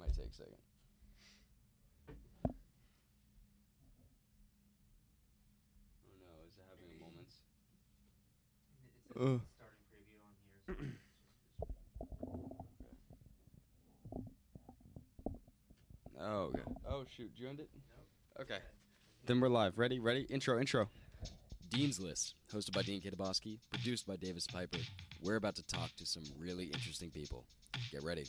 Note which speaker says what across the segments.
Speaker 1: uh,
Speaker 2: second. Oh no, is it having moments?
Speaker 1: It- It's
Speaker 3: Ugh.
Speaker 1: a starting preview on here. So it's just,
Speaker 2: Oh, okay. Oh shoot, did you end it?
Speaker 1: nope.
Speaker 2: Okay.
Speaker 1: Okay.
Speaker 2: Then we're live. Ready? Ready? Intro, intro.
Speaker 4: Dean's List, hosted by Dean Kitaboski, produced by Davis Piper. We're about to talk to some really interesting people. Get ready.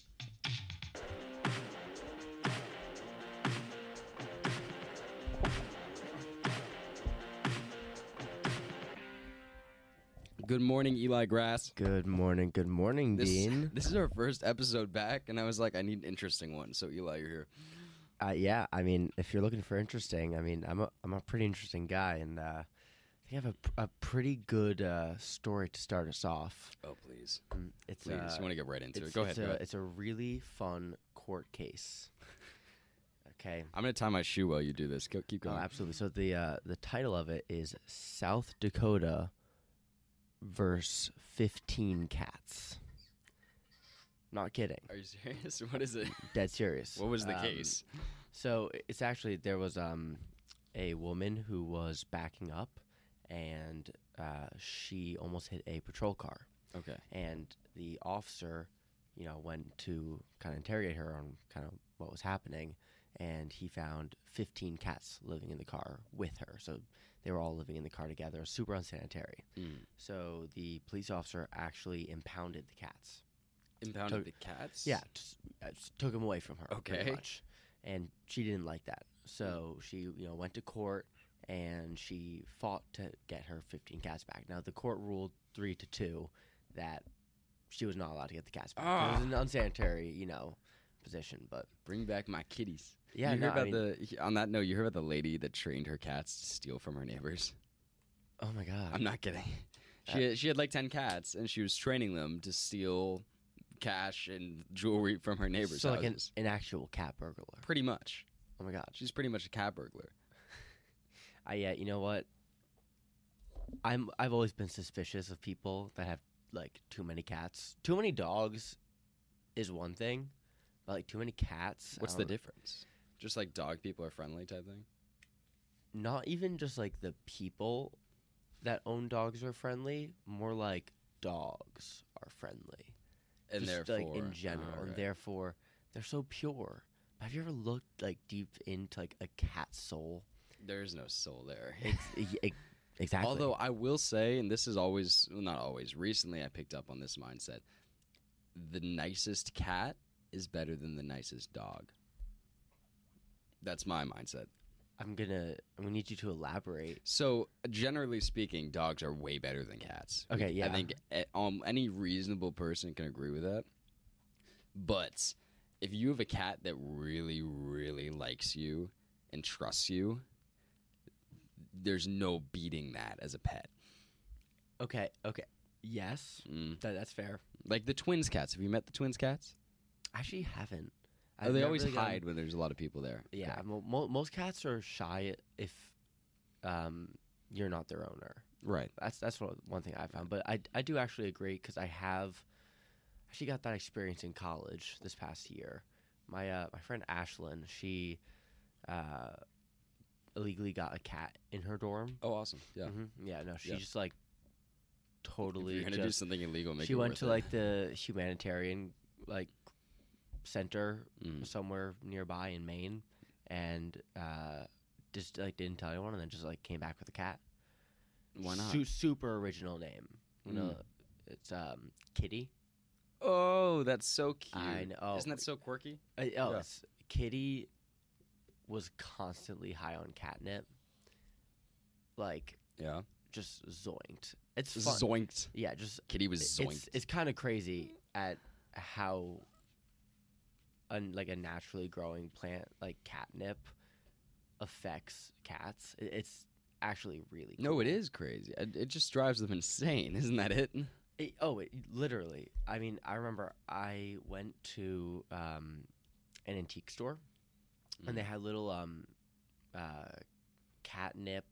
Speaker 2: Good morning, Eli Grass.
Speaker 3: Good morning, good morning,
Speaker 2: This,
Speaker 3: Dean.
Speaker 2: this is our first episode back, and I was like, I need an interesting one. So Eli, you're here.
Speaker 3: Uh, yeah, I mean, if you're looking for interesting, I mean, I'm a I'm a pretty interesting guy, and uh, I think I have a, a pretty good uh, story to start us off.
Speaker 2: Oh please.
Speaker 3: Mm, It's
Speaker 2: Please,
Speaker 3: uh,
Speaker 2: you want to get right into
Speaker 3: it's-
Speaker 2: it. Go ahead.
Speaker 3: It's,
Speaker 2: go
Speaker 3: a,
Speaker 2: ahead.
Speaker 3: it's a really fun court case. Okay.
Speaker 2: I'm gonna tie my shoe while you do this. Go, keep
Speaker 3: Oh,
Speaker 2: going.
Speaker 3: absolutely. So the uh, the title of it is South Dakota verse 15 cats. Not kidding.
Speaker 2: Are you serious? What is it?
Speaker 3: Dead serious.
Speaker 2: What was the
Speaker 3: Um,
Speaker 2: case?
Speaker 3: So it's actually there was um, a woman who was backing up, and uh, she almost hit a patrol car.
Speaker 2: Okay.
Speaker 3: And the officer, you know, went to kind of interrogate her on kind of what was happening, and he found 15 cats living in the car with her. So they were all living in the car together. Super unsanitary.
Speaker 2: Mm.
Speaker 3: So the police officer actually impounded the cats.
Speaker 2: Impounded
Speaker 3: Took-
Speaker 2: the cats.
Speaker 3: Yeah, just, uh, just took him away from her. pretty
Speaker 2: Okay. Hmm.
Speaker 3: much. And she didn't like that, so she you know went to court and she fought to get her 15 cats back. Now the court ruled three to two that she was not allowed to get the cats back. It was
Speaker 2: Ah.
Speaker 3: an unsanitary you know position, but
Speaker 2: Bring back my kitties.
Speaker 3: Yeah,
Speaker 2: You hear
Speaker 3: no, I
Speaker 2: about the? On that note, you heard about the lady that trained her cats to steal from her neighbors.
Speaker 3: oh my god,
Speaker 2: I'm not kidding.
Speaker 3: uh,
Speaker 2: She she had like ten cats, and she was training them to steal cash and jewelry from her neighbors'
Speaker 3: so like an,
Speaker 2: houses.
Speaker 3: an actual cat burglar.
Speaker 2: pretty much,
Speaker 3: Oh my god,
Speaker 2: she's pretty much a cat burglar.
Speaker 3: I yeah, you know what? I'm I've always been suspicious of people that have like too many cats. Too many dogs is one thing, but like too many cats. I
Speaker 2: What's the
Speaker 3: don't-
Speaker 2: difference? Just like dog people are friendly type thing.
Speaker 3: Not even just like the people that own dogs are friendly. More like dogs are friendly.
Speaker 2: And
Speaker 3: just
Speaker 2: therefore,
Speaker 3: like in general, and
Speaker 2: Alright.
Speaker 3: therefore they're so pure. But have you ever looked like deep into like a cat's soul?
Speaker 2: there is no soul there.
Speaker 3: Ex- e- exactly.
Speaker 2: Although I will say, and this is always well, not always. Recently, I picked up on this mindset: the nicest cat is better than the nicest dog. That's my mindset.
Speaker 3: I'm gonna I'm gonna need you to elaborate.
Speaker 2: So, generally speaking, dogs are way better than cats.
Speaker 3: Okay, yeah.
Speaker 2: I think eh, um, any reasonable person can agree with that. But if you have a cat that really, really likes you and trusts you, there's no beating that as a pet.
Speaker 3: Okay, okay. Mm. Yes, that, that's fair.
Speaker 2: Like the twins cats. Have you met the twins cats?
Speaker 3: I actually haven't.
Speaker 2: Oh,
Speaker 3: I've
Speaker 2: they
Speaker 3: never
Speaker 2: always
Speaker 3: really gotten-
Speaker 2: hide when there's a lot of people there.
Speaker 3: Yeah, mo- mo- most cats are shy if um, you're not their owner.
Speaker 2: Right.
Speaker 3: That's that's what, one thing I found. But I, I do actually agree because I have actually got that experience in college this past year. My uh, my friend Ashlyn, she uh, illegally got a cat in her dorm.
Speaker 2: Oh, awesome. Yeah.
Speaker 3: hmm Yeah, no, she
Speaker 2: Yeah.
Speaker 3: just like
Speaker 2: If
Speaker 3: totally.
Speaker 2: you're gonna do
Speaker 3: just-
Speaker 2: something illegal. Make
Speaker 3: she
Speaker 2: it
Speaker 3: went
Speaker 2: worth
Speaker 3: to
Speaker 2: it.
Speaker 3: like the humanitarian like center
Speaker 2: Mm.
Speaker 3: somewhere nearby in Maine, and uh, just like didn't tell anyone, and then just like came back with a cat.
Speaker 2: Why not? Mm.
Speaker 3: Su- super original name. You know, it's um Kitty.
Speaker 2: Oh, that's so cute.
Speaker 3: I know.
Speaker 2: Isn't that so quirky?
Speaker 3: Uh, oh,
Speaker 2: Yeah.
Speaker 3: it's- Kitty was constantly high on catnip, like
Speaker 2: Yeah.
Speaker 3: just zoinked. It's fun.
Speaker 2: Zoinked.
Speaker 3: Yeah, just
Speaker 2: Kitty was
Speaker 3: it's-
Speaker 2: zoinked.
Speaker 3: It's, kind of crazy at how, un, like a naturally growing plant like catnip, affects cats. It- It's actually really cool.
Speaker 2: no, it is crazy. It, it just drives them insane. Isn't that it?
Speaker 3: It- oh, it, literally. I mean, I remember I went to um, an antique store, and they had little um, uh, catnip,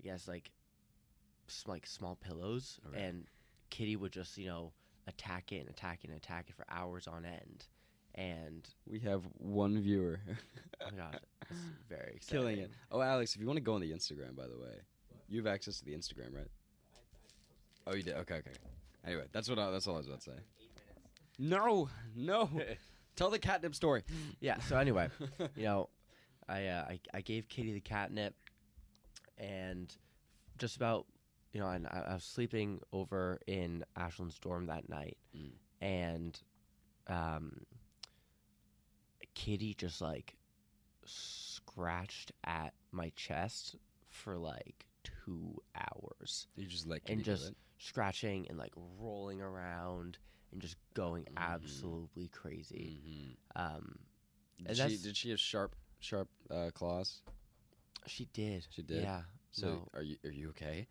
Speaker 3: I guess like, s- like small pillows, and Kitty would just you know attack it and attack it and attack it for hours on end, and
Speaker 2: We have one viewer.
Speaker 3: oh my god, it's very exciting.
Speaker 2: Killing it. Oh, Alex, if you want to go on the Instagram, by the way, you have access to the Instagram, right? Oh, you did. Okay, okay. Anyway, that's what I, that's all I was about to say. No, no. Tell the catnip story.
Speaker 3: Yeah. So anyway, you know, I, uh, I I gave Kitty the catnip, and just about you know, and I, I was sleeping over in Ashland's dorm that night,
Speaker 2: Mm.
Speaker 3: and um, Kitty just like scratched at my chest for like two hours,
Speaker 2: you just like
Speaker 3: and just scratching and like rolling around and just going
Speaker 2: Mhm.
Speaker 3: absolutely crazy.
Speaker 2: Mm.
Speaker 3: Um,
Speaker 2: Mm-hmm. Did, she,
Speaker 3: that's-
Speaker 2: did she have sharp sharp uh, claws?
Speaker 3: She did.
Speaker 2: She did?
Speaker 3: Yeah.
Speaker 2: So
Speaker 3: no,
Speaker 2: are you are you okay?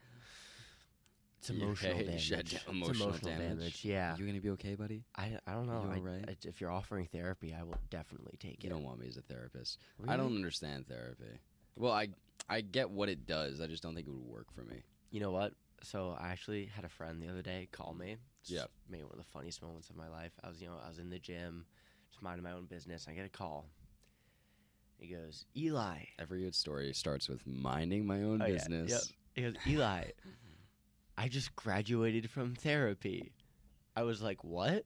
Speaker 3: it's
Speaker 2: you
Speaker 3: emotional
Speaker 2: okay? You
Speaker 3: damage.
Speaker 2: shed
Speaker 3: It's
Speaker 2: emotional
Speaker 3: emotional damage.
Speaker 2: damage?
Speaker 3: Yeah.
Speaker 2: You gonna be okay, buddy?
Speaker 3: I, I don't know.
Speaker 2: you
Speaker 3: I-
Speaker 2: alright?
Speaker 3: I- if you're offering therapy, I will definitely take
Speaker 2: You
Speaker 3: it.
Speaker 2: don't want me as a therapist. I
Speaker 3: Really?
Speaker 2: don't understand therapy. Well, I I get what it does. I just don't think it would work for me.
Speaker 3: You know what? So I actually had a friend the other day call me. It's
Speaker 2: Yeah.
Speaker 3: Maybe one of the funniest moments of my life. I was you know I was in the gym, just minding my own business. I get a call. He goes, Eli.
Speaker 2: Every good story starts with minding my own
Speaker 3: Oh, yeah.
Speaker 2: business.
Speaker 3: He goes, Eli. I just graduated from therapy. I was like, what?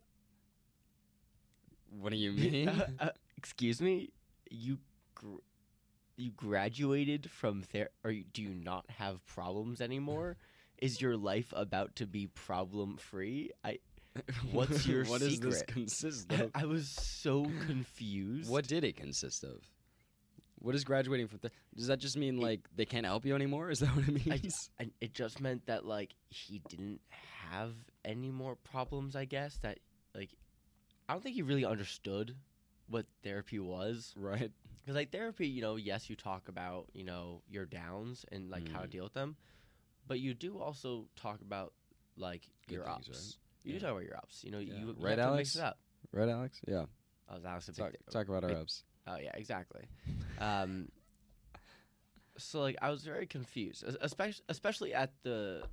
Speaker 2: What do you mean?
Speaker 3: Uh, uh, excuse me, you gr- you graduated from there, or you, do you not have problems anymore? Is your life about to be problem free? I what's your
Speaker 2: What does this
Speaker 3: secret?
Speaker 2: consist of?
Speaker 3: I was so confused.
Speaker 2: what did it consist of? What is graduating from? Th- does that just mean like they can't help you anymore? Is that what it means?
Speaker 3: And it just meant that like he didn't have any more problems. I guess that like I don't think he really understood what therapy was.
Speaker 2: right.
Speaker 3: Because like therapy, you know, yes, you talk about you know your downs and like how to
Speaker 2: Mm.
Speaker 3: deal with them, but you do also talk about like
Speaker 2: Good
Speaker 3: your ups.
Speaker 2: things, right?
Speaker 3: You do
Speaker 2: Yeah.
Speaker 3: talk about your ups. You know,
Speaker 2: Yeah.
Speaker 3: you, you
Speaker 2: Right,
Speaker 3: have to mix
Speaker 2: Alex?
Speaker 3: it up.
Speaker 2: Right, Alex. Yeah.
Speaker 3: I was Alex. a big
Speaker 2: Talk,
Speaker 3: ther-
Speaker 2: talk about our
Speaker 3: big-
Speaker 2: ups.
Speaker 3: Oh yeah, exactly. Um, so like I was very confused, especially especially at the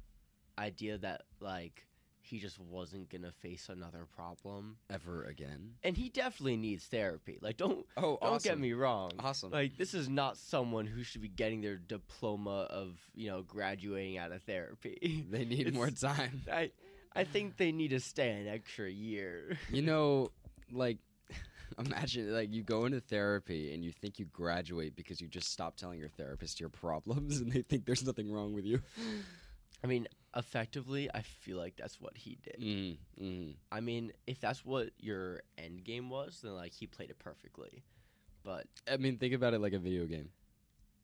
Speaker 3: idea that like he just wasn't gonna face another problem,
Speaker 2: Ever again?
Speaker 3: and he definitely needs therapy. Like don't
Speaker 2: Oh,
Speaker 3: don't get me wrong.
Speaker 2: Awesome.
Speaker 3: Like this is not someone who should be getting their diploma of you know graduating out of therapy.
Speaker 2: they need
Speaker 3: it's-
Speaker 2: more time.
Speaker 3: I I think they need to stay an extra year.
Speaker 2: You know, like imagine like you go into therapy and you think you graduate because you just stop telling your therapist your problems and they think there's nothing wrong with you.
Speaker 3: I mean, effectively, I feel like that's what he did.
Speaker 2: Mm, mm.
Speaker 3: I mean, if that's what your end game was, then like he played it perfectly. But
Speaker 2: I mean, think about it like a video game.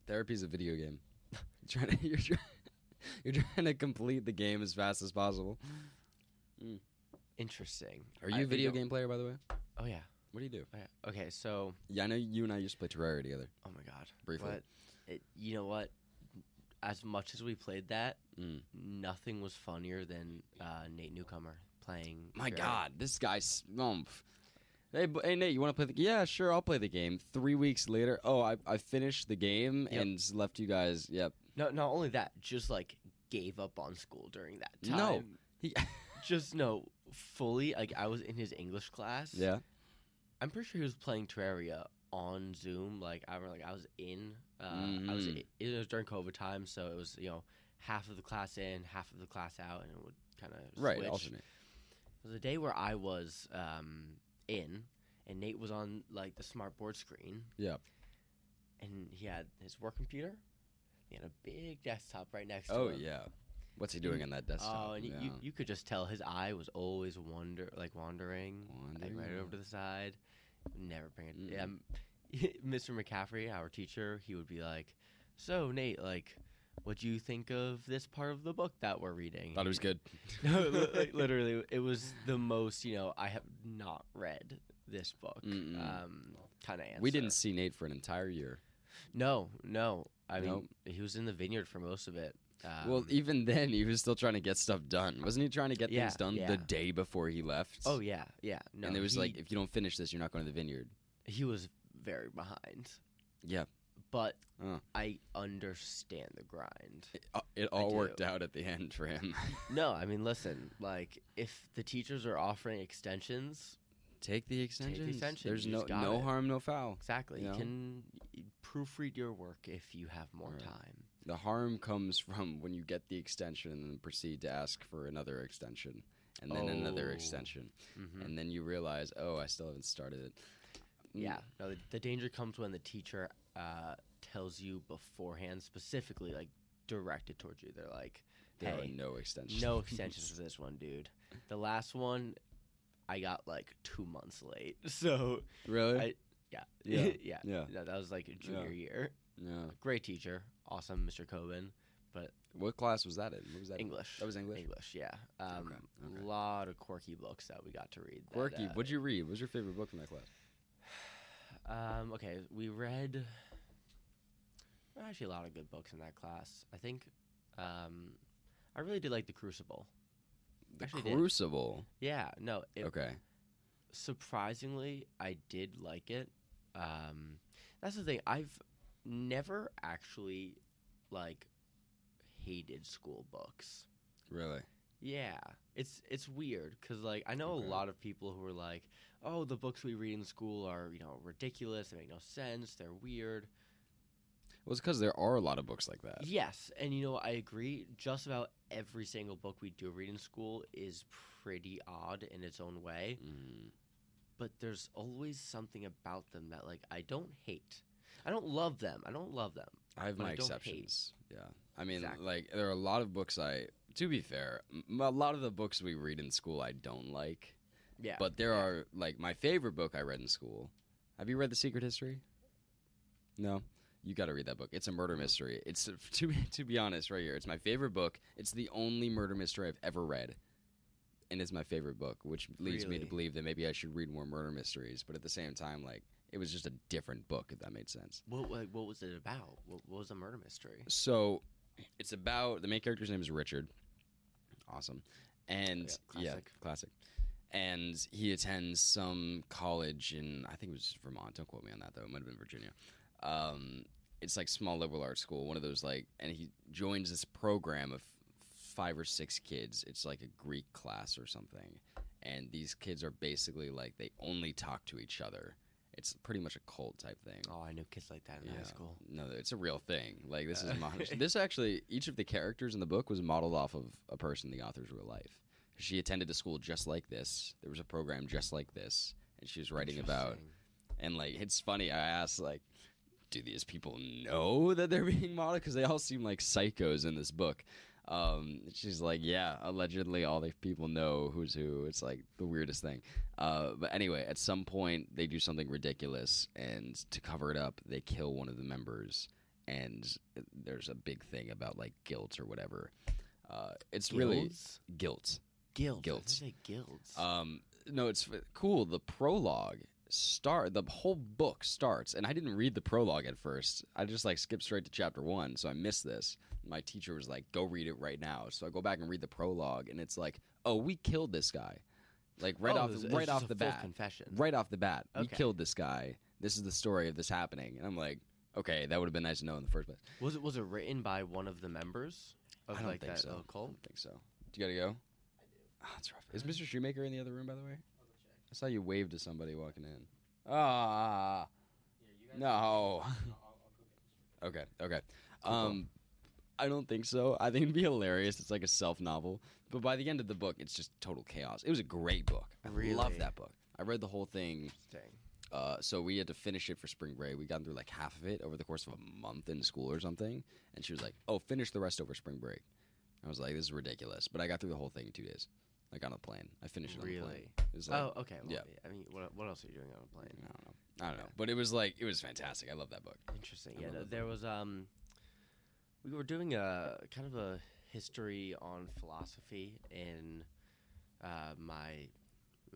Speaker 2: Therapy is a video game. You're trying to, you're, try, you're trying to complete the game as fast as possible.
Speaker 3: interesting.
Speaker 2: Are
Speaker 3: I-
Speaker 2: you a
Speaker 3: I
Speaker 2: video
Speaker 3: don't-
Speaker 2: game player, by the way?
Speaker 3: Oh yeah.
Speaker 2: What do you do?
Speaker 3: oh, yeah. Okay, so
Speaker 2: Yeah, I know you and I used to play Terraria together
Speaker 3: oh my god.
Speaker 2: briefly.
Speaker 3: But it, you know what? As much as we played that,
Speaker 2: Mm.
Speaker 3: nothing was funnier than uh, Nate Newcomer playing.
Speaker 2: My
Speaker 3: Ferret.
Speaker 2: God, this guy snumpf. Hey, b- hey Nate, you want to play the? Yeah, sure, I'll play the game. Three weeks later, oh, I, I finished the game
Speaker 3: Yep.
Speaker 2: and s- left you guys. Yep.
Speaker 3: No, not only that, just like gave up on school during that time.
Speaker 2: No. He,
Speaker 3: just no, fully. Like I was in his English class.
Speaker 2: yeah.
Speaker 3: I'm pretty sure he was playing Terraria on Zoom. Like I remember, like I was in. Uh, I was.
Speaker 2: Mhm.
Speaker 3: i- It was during COVID time, so it was you know half of the class in, half of the class out, and it would kind of
Speaker 2: Right.
Speaker 3: Switch.
Speaker 2: Alternate.
Speaker 3: It was a day where I was um, in, and Nate was on like the smart board screen.
Speaker 2: Yeah.
Speaker 3: And he had his work computer. He had a big desktop right next to
Speaker 2: Oh
Speaker 3: him.
Speaker 2: yeah. What's he
Speaker 3: You-
Speaker 2: doing on that desktop?
Speaker 3: Oh, and
Speaker 2: yeah.
Speaker 3: you, you could just tell his eye was always wander like wandering, like right
Speaker 2: Wandering. Mm.
Speaker 3: over to the side. Never bring it.
Speaker 2: Mm-mm.
Speaker 3: Yeah, m- Mr. McCaffrey, our teacher, he would be like, "So Nate, like, what do you think of this part of the book that we're reading?"
Speaker 2: Thought it was good.
Speaker 3: no, li- like, literally, it was the most you know. I have not read this book.
Speaker 2: Mm-mm.
Speaker 3: Um, kind of answer.
Speaker 2: We didn't see Nate for an entire year.
Speaker 3: No, no. I mean,
Speaker 2: Nope.
Speaker 3: he was in the vineyard for most of it. Um,
Speaker 2: well, e-, even then, he was still trying to get stuff done. Wasn't he trying to get
Speaker 3: Yeah,
Speaker 2: things done
Speaker 3: yeah.
Speaker 2: the day before he left?
Speaker 3: oh yeah, yeah. No,
Speaker 2: and it was
Speaker 3: he-
Speaker 2: like, if you don't finish this, you're not going to the vineyard.
Speaker 3: he was very behind.
Speaker 2: Yeah.
Speaker 3: But
Speaker 2: Oh.
Speaker 3: I understand the grind.
Speaker 2: It, uh, it all
Speaker 3: do.
Speaker 2: worked out at the end for him.
Speaker 3: No, I mean, listen, like, if the teachers are offering extensions,
Speaker 2: Take the extensions.
Speaker 3: extension,
Speaker 2: There's
Speaker 3: you
Speaker 2: no
Speaker 3: just got
Speaker 2: no
Speaker 3: it.
Speaker 2: harm, no foul.
Speaker 3: Exactly.
Speaker 2: You
Speaker 3: You
Speaker 2: know?
Speaker 3: can y- proofread your work if you have more
Speaker 2: Right.
Speaker 3: time.
Speaker 2: The harm comes from when you get the extension and then proceed to ask for another extension and then another
Speaker 3: Oh.
Speaker 2: extension.
Speaker 3: Mhm.
Speaker 2: And then you realize, oh, I still haven't started it. Mm,
Speaker 3: Yeah. No, the, the danger comes when the teacher uh, tells you beforehand, specifically, like directed towards you. They're like,
Speaker 2: There
Speaker 3: Hey,
Speaker 2: are no extensions.
Speaker 3: no extensions for this one, dude. The last one, I got like two months late. So,
Speaker 2: really?
Speaker 3: I- yeah.
Speaker 2: Yeah.
Speaker 3: yeah.
Speaker 2: yeah.
Speaker 3: No, that was like junior year.
Speaker 2: No.
Speaker 3: Great teacher. Awesome, Mr. Coben.
Speaker 2: What class was that in? What was that? in?
Speaker 3: English.
Speaker 2: That was English.
Speaker 3: English, yeah. Um,
Speaker 2: okay.
Speaker 3: lot of quirky books that we got to read. that,
Speaker 2: Quirky.
Speaker 3: uh,
Speaker 2: What'd you read? What was your favorite book from that class?
Speaker 3: Um, okay, we read there were actually a lot of good books in that class. I think um, I really did like The Crucible.
Speaker 2: The
Speaker 3: Actually did.
Speaker 2: Crucible.
Speaker 3: Yeah, no, it,
Speaker 2: Okay.
Speaker 3: surprisingly, I did like it. Um, that's the thing. I've never actually like hated school books.
Speaker 2: Really?
Speaker 3: Yeah, it's it's weird because like I know
Speaker 2: Okay.
Speaker 3: a lot of people who are like, oh, the books we read in school are you know ridiculous. They make no sense. They're weird.
Speaker 2: Well, it's because there are a lot of books like that.
Speaker 3: Yes, and you know I agree. Just about every single book we do read in school is pretty odd in its own way,
Speaker 2: Mm.
Speaker 3: but there's always something about them that like I don't hate. I don't love them. I don't love them.
Speaker 2: I have
Speaker 3: But
Speaker 2: my
Speaker 3: I don't hate.
Speaker 2: exceptions. Yeah. I mean,
Speaker 3: Exactly.
Speaker 2: like, there are a lot of books I, to be fair, m- a lot of the books we read in school I don't like.
Speaker 3: Yeah,
Speaker 2: But there
Speaker 3: yeah.
Speaker 2: are, like, my favorite book I read in school. Have you read The Secret History? No? You got to read that book. It's a murder mystery. It's, uh, to, to be honest, right here, it's my favorite book. It's the only murder mystery I've ever read. And it's my favorite book, which leads me to
Speaker 3: Really?
Speaker 2: believe that maybe I should read more murder mysteries. But at the same time, like, it was just a different book, if that made sense.
Speaker 3: what like, what was it about? What, what was the murder mystery?
Speaker 2: So it's about the main character's name is Richard. Awesome. And
Speaker 3: Yeah,
Speaker 2: yeah, classic.
Speaker 3: classic.
Speaker 2: And he attends some college in I think it was Vermont. Don't quote me on that though. It might have been Virginia. Um, it's like small liberal arts school, one of those like and he joins this program of five or six kids. It's like a Greek class or something. And these kids are basically like they only talk to each other. It's pretty much a cult type thing.
Speaker 3: Oh, I knew kids like that in
Speaker 2: Yeah.
Speaker 3: high school.
Speaker 2: No, it's a real thing. Like this
Speaker 3: Uh,
Speaker 2: is modern. this actually, each of the characters in the book was modeled off of a person in the author's real life. She attended the school just like this. There was a program just like this, and she was writing about.
Speaker 3: Interesting.
Speaker 2: And like, it's funny. I asked like, do these people know that they're being modeled? Because they all seem like psychos in this book. Um, she's like, yeah, allegedly all these people know who's who. It's like the weirdest thing. Uh, but anyway, at some point they do something ridiculous, and to cover it up, they kill one of the members. And there's a big thing about like guilt or whatever. Uh, it's really
Speaker 3: Guilds?
Speaker 2: guilt.
Speaker 3: guilds. I was gonna
Speaker 2: guilds.
Speaker 3: say guilds.
Speaker 2: Um, no, it's f- cool. The prologue start. The whole book starts, and I didn't read the prologue at first. I just like skipped straight to chapter one, so I missed this. My teacher was like, "Go read it right now." So I go back and read the prologue, and it's like, "Oh, we killed this guy," like right
Speaker 3: Oh,
Speaker 2: off,
Speaker 3: it was- it was
Speaker 2: right
Speaker 3: just
Speaker 2: off
Speaker 3: a
Speaker 2: the
Speaker 3: full
Speaker 2: bat,
Speaker 3: Confession.
Speaker 2: right off the bat, we
Speaker 3: Okay.
Speaker 2: killed this guy. This is the story of this happening, and I'm like, "Okay, that would have been nice to know in the first place."
Speaker 3: Was it was it written by one of the members of
Speaker 2: I don't
Speaker 3: like
Speaker 2: think
Speaker 3: that
Speaker 2: so.
Speaker 3: little
Speaker 2: I
Speaker 3: cult?
Speaker 2: don't think so. Do you gotta go? Ah, that's rough. Is Mr. Shoemaker in the other room, by the way? I saw you wave to somebody walking in. Ah, no. okay, okay. Um, I don't think so. I think it'd be hilarious. It's like a self novel, but by the end of the book, it's just total chaos. It was a great book. I love
Speaker 3: Really?
Speaker 2: that book. I read the whole thing.
Speaker 3: Interesting.
Speaker 2: Uh, so we had to finish it for spring break. We got through like half of it over the course of a month in school or something. And she was like, "Oh, finish the rest over spring break." I was like, "This is ridiculous," but I got through the whole thing in two days, like on a plane. I finished it on a plane.
Speaker 3: Really?
Speaker 2: It was like,
Speaker 3: oh, okay. Well,
Speaker 2: yeah.
Speaker 3: I mean, what, what else are you doing on a
Speaker 2: I
Speaker 3: plane?
Speaker 2: don't know, I don't know.
Speaker 3: Yeah.
Speaker 2: But it was like it was fantastic. I love that book.
Speaker 3: Interesting.
Speaker 2: I
Speaker 3: Yeah,
Speaker 2: love
Speaker 3: no,
Speaker 2: that
Speaker 3: there was um, we were doing a kind of a history on philosophy in uh, my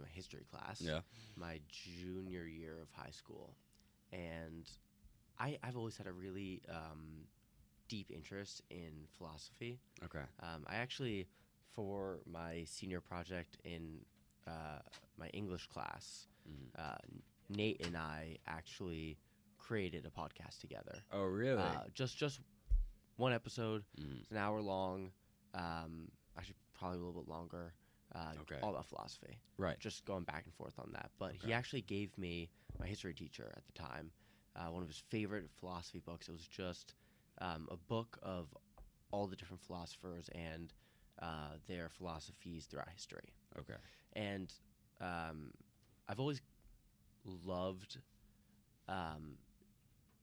Speaker 3: my history class.
Speaker 2: Yeah.
Speaker 3: My junior year of high school, and I I've always had a really um, deep interest in philosophy.
Speaker 2: Okay.
Speaker 3: Um, I actually, for my senior project in uh, my English class,
Speaker 2: Mhm.
Speaker 3: uh, Nate and I actually created a podcast together.
Speaker 2: Oh, really?
Speaker 3: Uh, just just one episode.
Speaker 2: Mhm.
Speaker 3: It's an hour long. Um, actually, probably a little bit longer. uh,
Speaker 2: Okay.
Speaker 3: all about philosophy.
Speaker 2: Right.
Speaker 3: Just going back and forth on that. But
Speaker 2: Okay.
Speaker 3: he actually gave me my history teacher at the time uh, one of his favorite philosophy books. It was just um, a book of all the different philosophers and uh, their philosophies throughout history
Speaker 2: Okay.
Speaker 3: and um, I've always loved um,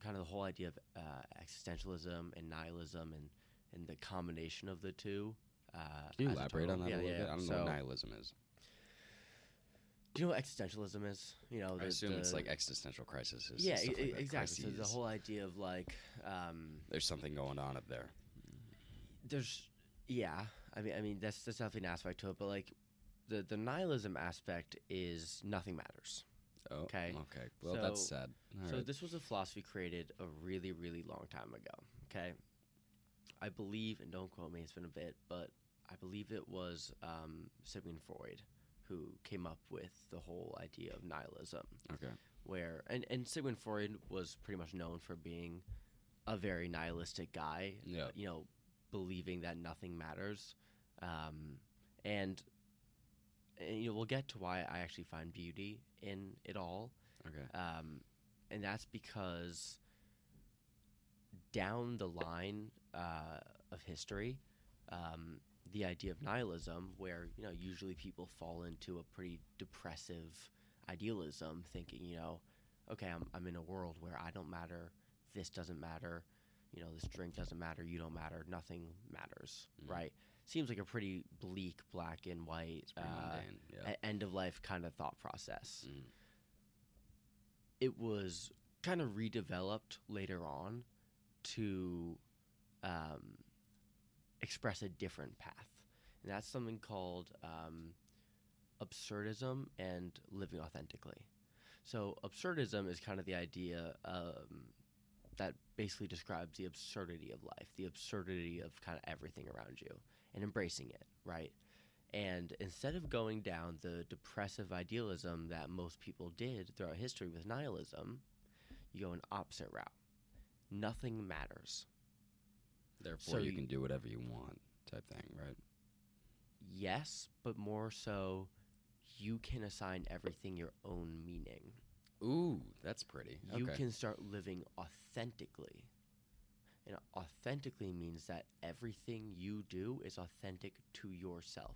Speaker 3: kind of the whole idea of uh, existentialism and nihilism and, and the combination of the two. Uh,
Speaker 2: Can you
Speaker 3: as a
Speaker 2: elaborate on
Speaker 3: total-
Speaker 2: that
Speaker 3: yeah,
Speaker 2: a little
Speaker 3: yeah.
Speaker 2: bit? I don't
Speaker 3: so,
Speaker 2: know what nihilism is.
Speaker 3: Do you know what existentialism is? You know,
Speaker 2: I
Speaker 3: the-
Speaker 2: assume it's
Speaker 3: the-
Speaker 2: like existential crisis.
Speaker 3: yeah, e- e- exactly. So
Speaker 2: Crises.
Speaker 3: the whole idea of like, um,
Speaker 2: There's something going on up there.
Speaker 3: there's yeah i mean i mean that's that's definitely an aspect to it but like the the nihilism aspect is nothing matters
Speaker 2: Oh,
Speaker 3: Okay.
Speaker 2: Okay. Well, that's
Speaker 3: So-
Speaker 2: sad.
Speaker 3: so
Speaker 2: Alright.
Speaker 3: this was a philosophy created a really really long time ago okay i believe and don't quote me it's been a bit but i believe it was um, sigmund freud who came up with the whole idea of nihilism
Speaker 2: okay.
Speaker 3: where and, and sigmund freud was pretty much known for being a very nihilistic guy
Speaker 2: Yeah.
Speaker 3: you know, believing that nothing matters. Um, and, and, you know, we'll get to why I actually find beauty in it all.
Speaker 2: Okay.
Speaker 3: Um, and that's because down the line uh, of history, um, the idea of nihilism, where, you know, usually people fall into a pretty depressive idealism, thinking, you know, okay, I'm, I'm in a world where I don't matter, this doesn't matter, you know, this drink doesn't matter, you don't matter, nothing matters,
Speaker 2: Mhm.
Speaker 3: right? Seems like a pretty bleak, black and white
Speaker 2: It's pretty
Speaker 3: uh,
Speaker 2: mundane. Yeah.
Speaker 3: a- end of life kind of thought process.
Speaker 2: Mm.
Speaker 3: It was kind of redeveloped later on to um, express a different path. And that's something called um, absurdism and living authentically. So, absurdism is kind of the idea um, that basically describes the absurdity of life, the absurdity of kind of everything around you, and embracing it, right? And instead of going down the depressive idealism that most people did throughout history with nihilism, you go an opposite route. Nothing matters.
Speaker 2: Therefore,
Speaker 3: so
Speaker 2: you
Speaker 3: you-
Speaker 2: can do whatever you want, type thing, right?
Speaker 3: Yes, but more so, you can assign everything your own meaning.
Speaker 2: Ooh, that's pretty.
Speaker 3: You
Speaker 2: okay.
Speaker 3: can start living authentically. And authentically means that everything you do is authentic to yourself.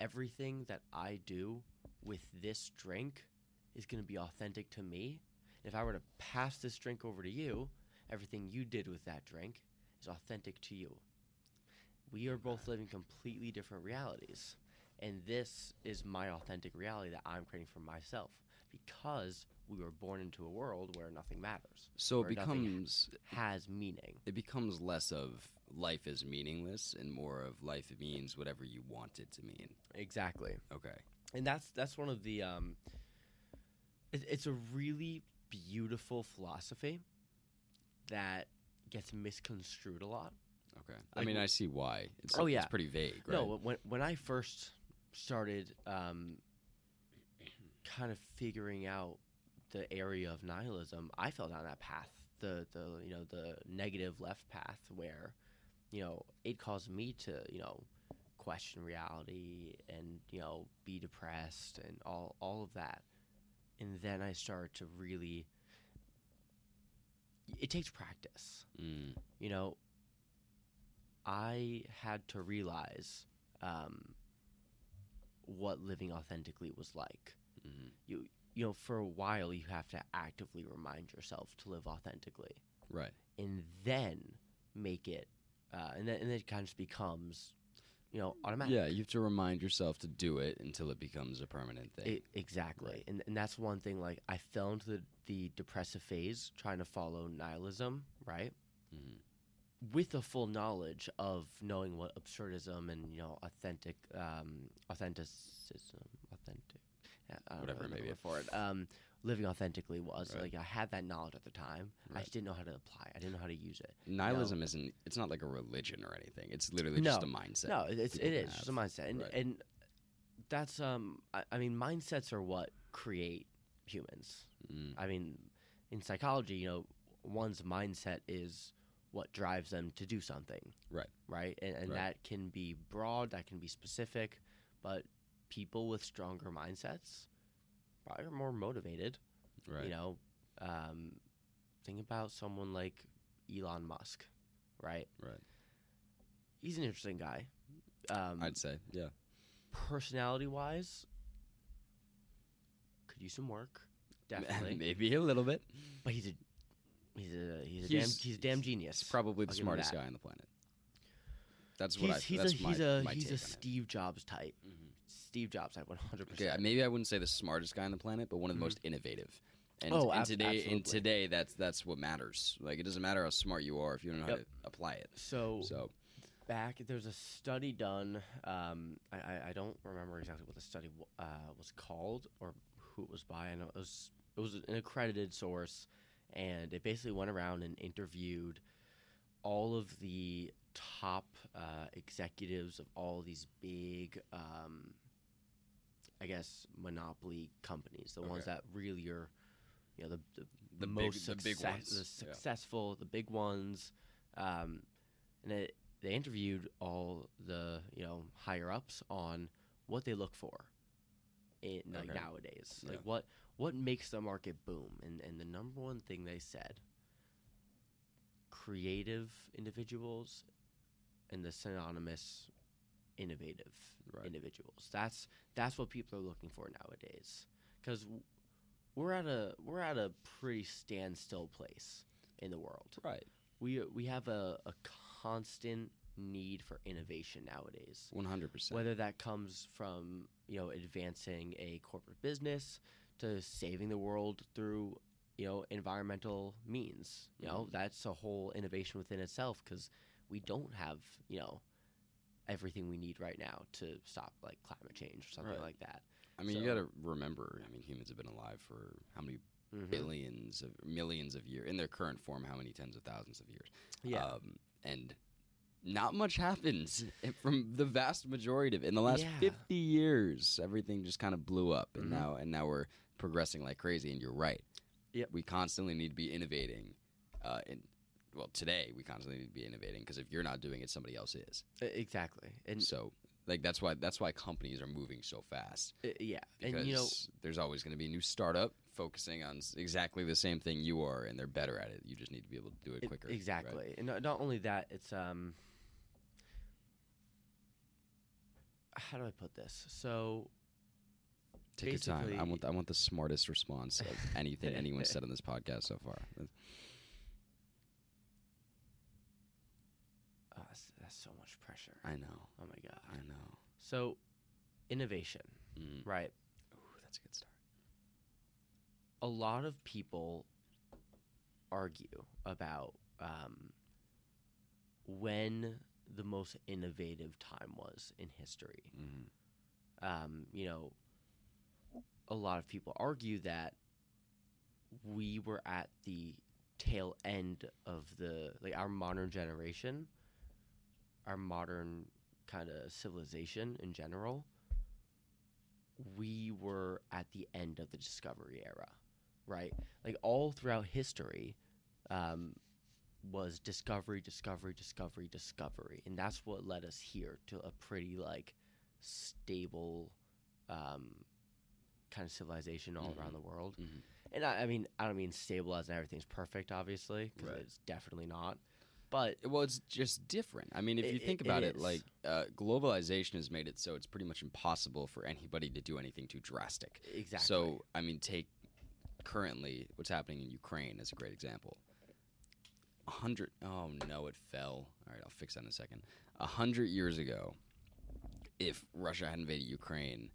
Speaker 3: Everything that I do with this drink is going to be authentic to me. If I were to pass this drink over to you, everything you did with that drink is authentic to you. We are both living completely different realities. And this is my authentic reality that I'm creating for myself because we were born into a world where nothing matters,
Speaker 2: so it
Speaker 3: or nothing.
Speaker 2: becomes
Speaker 3: has meaning.
Speaker 2: it becomes less of life is meaningless and more of life means whatever you want it to mean.
Speaker 3: Exactly.
Speaker 2: Okay.
Speaker 3: and that's that's one of the um it, it's a really beautiful philosophy that gets misconstrued a lot
Speaker 2: Okay. I
Speaker 3: Like
Speaker 2: mean,
Speaker 3: w-
Speaker 2: I see why. It's,
Speaker 3: Oh, yeah.
Speaker 2: It's pretty vague, right?
Speaker 3: no when when i first started um kind of figuring out the area of nihilism i fell down that path the the you know the negative left path where you know it caused me to you know question reality and you know be depressed and all all of that and then i started to really it takes practice
Speaker 2: Mm,
Speaker 3: you know, I had to realize um, what living authentically was like.
Speaker 2: mhm.
Speaker 3: You know, for a while, you have to actively remind yourself to live authentically,
Speaker 2: Right.
Speaker 3: and then make it, uh, and then and then it kind of just becomes, you know, automatic.
Speaker 2: Yeah, you have to remind yourself to do it until it becomes a permanent thing.
Speaker 3: E- exactly. And, and that's one thing, like, I fell into the, the depressive phase trying to follow nihilism, right?
Speaker 2: Mhm.
Speaker 3: With a full knowledge of knowing what absurdism and, you know, authentic, um, authenticism, authentic, yeah, I don't
Speaker 2: Whatever it
Speaker 3: know
Speaker 2: may
Speaker 3: the
Speaker 2: be.
Speaker 3: word for it, um, living authentically was.
Speaker 2: Right.
Speaker 3: Like, I had that knowledge at the time. I
Speaker 2: Right.
Speaker 3: just didn't know how to apply it. I didn't know how to use it.
Speaker 2: Nihilism isn't. It's not like a religion or anything. It's literally just a
Speaker 3: No.
Speaker 2: mindset.
Speaker 3: No, it's
Speaker 2: people
Speaker 3: it
Speaker 2: can
Speaker 3: is just a
Speaker 2: have.
Speaker 3: mindset, and
Speaker 2: Right.
Speaker 3: and that's um. I, I mean, mindsets are what create humans.
Speaker 2: Mm,
Speaker 3: I mean, in psychology, you know, one's mindset is what drives them to do something.
Speaker 2: Right.
Speaker 3: Right. And, and
Speaker 2: Right.
Speaker 3: that can be broad, that can be specific, But people with stronger mindsets probably are more motivated
Speaker 2: Right.
Speaker 3: you know um, think about someone like elon musk right
Speaker 2: Right.
Speaker 3: he's an interesting guy um,
Speaker 2: I'd say. Yeah.
Speaker 3: personality wise could use some work definitely
Speaker 2: Maybe a little bit.
Speaker 3: but he's a he's a he's a
Speaker 2: He's-
Speaker 3: damn he's a damn genius
Speaker 2: It's probably the
Speaker 3: I'll give him
Speaker 2: smartest
Speaker 3: that.
Speaker 2: guy on the planet. That's what
Speaker 3: he's,
Speaker 2: I.
Speaker 3: he's
Speaker 2: that's
Speaker 3: a
Speaker 2: my,
Speaker 3: he's a
Speaker 2: my
Speaker 3: he's
Speaker 2: take
Speaker 3: a
Speaker 2: on
Speaker 3: steve jobs type
Speaker 2: it. Mhm.
Speaker 3: steve jobs type 100%
Speaker 2: Okay, maybe I wouldn't say the smartest guy on the planet, but one of the
Speaker 3: Mhm.
Speaker 2: most innovative. And,
Speaker 3: Oh,
Speaker 2: and
Speaker 3: ab-
Speaker 2: today,
Speaker 3: absolutely.
Speaker 2: and today, that's that's what matters. Like it doesn't matter how smart you are if you don't know how
Speaker 3: Yep.
Speaker 2: to apply it.
Speaker 3: so
Speaker 2: So
Speaker 3: back there's a study done um, I, I, I don't remember exactly what the study w- uh, was called or who it was by i know it was it was an accredited source and it basically went around and interviewed all of the top uh, executives of all these big um, i guess monopoly companies the ones that really are you know the, the
Speaker 2: the
Speaker 3: most
Speaker 2: big, the big
Speaker 3: success-
Speaker 2: ones.
Speaker 3: the
Speaker 2: Yeah.
Speaker 3: successful, the big ones. Um, and it, they interviewed all the you know higher ups on what they look for in like
Speaker 2: Okay.
Speaker 3: nowadays,
Speaker 2: Yeah.
Speaker 3: like what what makes the market boom. And and the number one thing they said, creative individuals, and the synonymous innovative
Speaker 2: Right.
Speaker 3: individuals. That's that's what people are looking for nowadays because we're at a we're at a pretty standstill place in the world.
Speaker 2: Right.
Speaker 3: We we have a, a constant need for innovation nowadays.
Speaker 2: One hundred percent.
Speaker 3: Whether that comes from you know advancing a corporate business to saving the world through you know environmental means, you
Speaker 2: Mm-hmm.
Speaker 3: know that's a whole innovation within itself because we don't have you know everything we need right now to stop like climate change or something
Speaker 2: Right.
Speaker 3: like that.
Speaker 2: I mean, you
Speaker 3: so-
Speaker 2: got to remember. I mean, humans have been alive for how many
Speaker 3: Mhm.
Speaker 2: Mm-hmm. billions of millions of years in their current form? How many tens of thousands of years?
Speaker 3: Yeah.
Speaker 2: Um, and not much happens from the vast majority of it. In the last
Speaker 3: Yeah.
Speaker 2: 50 years, everything just kind of blew up and
Speaker 3: Mhm.
Speaker 2: now and now we're progressing like crazy and you're right.
Speaker 3: Yep.
Speaker 2: We constantly need to be innovating uh and well, today we constantly need to be innovating because if you're not doing it, somebody else is.
Speaker 3: E- Exactly, and
Speaker 2: so, like that's why that's why companies are moving so fast
Speaker 3: uh, yeah,
Speaker 2: because
Speaker 3: and you know,
Speaker 2: there's always going to be a new startup focusing on s- exactly the same thing you are, and they're better at it. You just need to be able to do it
Speaker 3: it-
Speaker 2: quicker. right?
Speaker 3: E, exactly, and not, not only that, it's um, how do I put this? So
Speaker 2: Take your time. I
Speaker 3: Basically-
Speaker 2: want I want the smartest response of anything anyone said on this podcast so far. That's-
Speaker 3: uh, that's, that's so much pressure.
Speaker 2: I know.
Speaker 3: Oh my god!
Speaker 2: I know.
Speaker 3: So innovation,
Speaker 2: Mm.
Speaker 3: right?
Speaker 2: Ooh, that's a good start.
Speaker 3: A lot of people argue about um, when the most innovative time was in history.
Speaker 2: Mm-hmm.
Speaker 3: um, you know, a lot of people argue that we were at the tail end of the like our modern generation, our modern kind of civilization in general. We were at the end of the discovery era, right? Like all throughout history, um, was discovery, discovery, discovery, discovery, and that's what led us here to a pretty like stable um, kind of civilization all around the world.
Speaker 2: Mhm.
Speaker 3: And I, I mean, I don't mean stable as in everything's perfect, obviously, because
Speaker 2: Right.
Speaker 3: it's definitely not. But
Speaker 2: Well, it's just different. I mean, if
Speaker 3: It-
Speaker 2: you think
Speaker 3: it- it
Speaker 2: about it,
Speaker 3: is.
Speaker 2: like uh, globalization has made it so it's pretty much impossible for anybody to do anything too drastic.
Speaker 3: exactly.
Speaker 2: So, I mean, take currently what's happening in Ukraine as a great example. A hundred. Oh no, it fell. All right, I'll fix that in a second. A hundred years ago, if Russia had invaded Ukraine,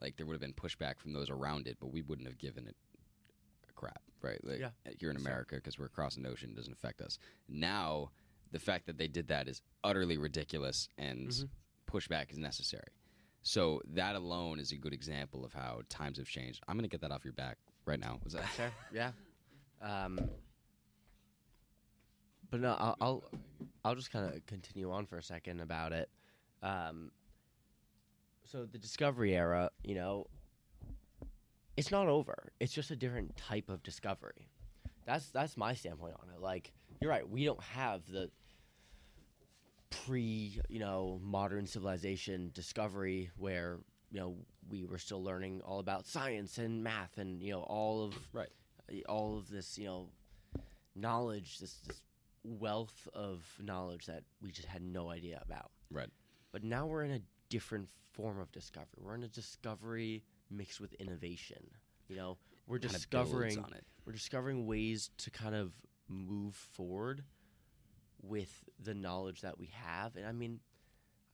Speaker 2: like there would have been pushback from those around it, but we wouldn't have given it a crap, right? Like
Speaker 3: Yeah.
Speaker 2: here in
Speaker 3: So-
Speaker 2: America, because we're across an ocean, it doesn't affect us. Now, the fact that they did that is utterly ridiculous, and
Speaker 3: Mhm.
Speaker 2: pushback is necessary. So that alone is a good example of how times have changed. I'm gonna get that off your back right now. Was that?
Speaker 3: Sure, yeah. Um, but no, I'll I'll, I'll just kind of continue on for a second about it. Um, so the discovery era, you know, it's not over. It's just a different type of discovery. That's that's my standpoint on it. Like you're right, we don't have the pre you know modern civilization discovery where you know we were still learning all about science and math and you know all of
Speaker 2: Right.
Speaker 3: all of this you know knowledge this this wealth of knowledge that we just had no idea about
Speaker 2: Right.
Speaker 3: but now we're in a different form of discovery we're in a discovery mixed with innovation you know we're
Speaker 2: Kinda builds
Speaker 3: discovering
Speaker 2: on it.
Speaker 3: we're discovering ways to kind of move forward with the knowledge that we have and i mean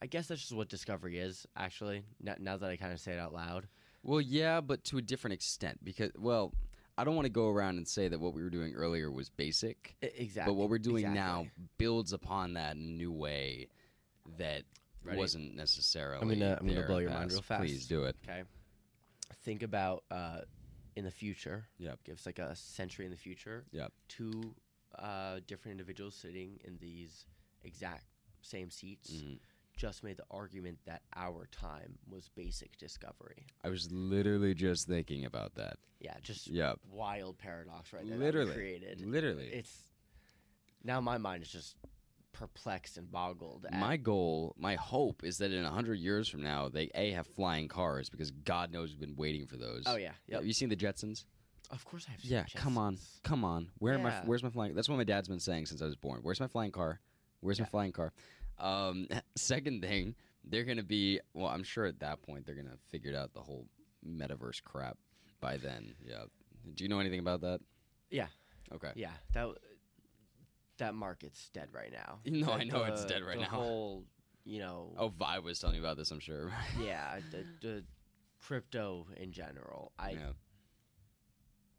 Speaker 3: i guess that's just what discovery is actually now, now that i kind of say it out loud
Speaker 2: Well, yeah, but to a different extent because well, I don't want to go around and say that what we were doing earlier was basic,
Speaker 3: E-, exactly
Speaker 2: but what we're doing now builds upon that in a new way that
Speaker 3: Ready?
Speaker 2: wasn't necessarily.
Speaker 3: I'm gonna
Speaker 2: there
Speaker 3: blow your
Speaker 2: past.
Speaker 3: mind real fast.
Speaker 2: Please do it.
Speaker 3: okay think about uh in the future
Speaker 2: Yep.
Speaker 3: gives like a century in the future
Speaker 2: Yep.
Speaker 3: two uh different individuals sitting in these exact same seats
Speaker 2: Mhm.
Speaker 3: just made the argument that our time was basic discovery
Speaker 2: I was literally just thinking about that.
Speaker 3: yeah just
Speaker 2: Yep.
Speaker 3: wild paradox right there that
Speaker 2: Literally.
Speaker 3: we created
Speaker 2: Literally.
Speaker 3: it's now my mind is just perplexed and boggled at,
Speaker 2: my goal, my hope is that in 100 years from now, they A, have flying cars because God knows we've been waiting for those.
Speaker 3: oh yeah yep.
Speaker 2: Have you seen the Jetsons?
Speaker 3: of course i have
Speaker 2: Yeah, come on.
Speaker 3: suggestions.
Speaker 2: Come on. Where am I?
Speaker 3: Yeah.
Speaker 2: Where's my flying? That's what my dad's been saying since I was born. Where's my flying car? Where's my
Speaker 3: Yeah.
Speaker 2: flying car? Um, second thing, they're gonna be. Well, I'm sure at that point they're gonna have figured out the whole metaverse crap by then. Yeah. Do you know anything about that?
Speaker 3: Yeah.
Speaker 2: Okay.
Speaker 3: Yeah, that w- that market's dead right now.
Speaker 2: No,
Speaker 3: The-
Speaker 2: I know it's
Speaker 3: the-
Speaker 2: dead right
Speaker 3: the
Speaker 2: now.
Speaker 3: Whole, you know,
Speaker 2: Oh, Vi was telling you about this. I'm sure.
Speaker 3: yeah, the, the crypto in general. I
Speaker 2: yeah.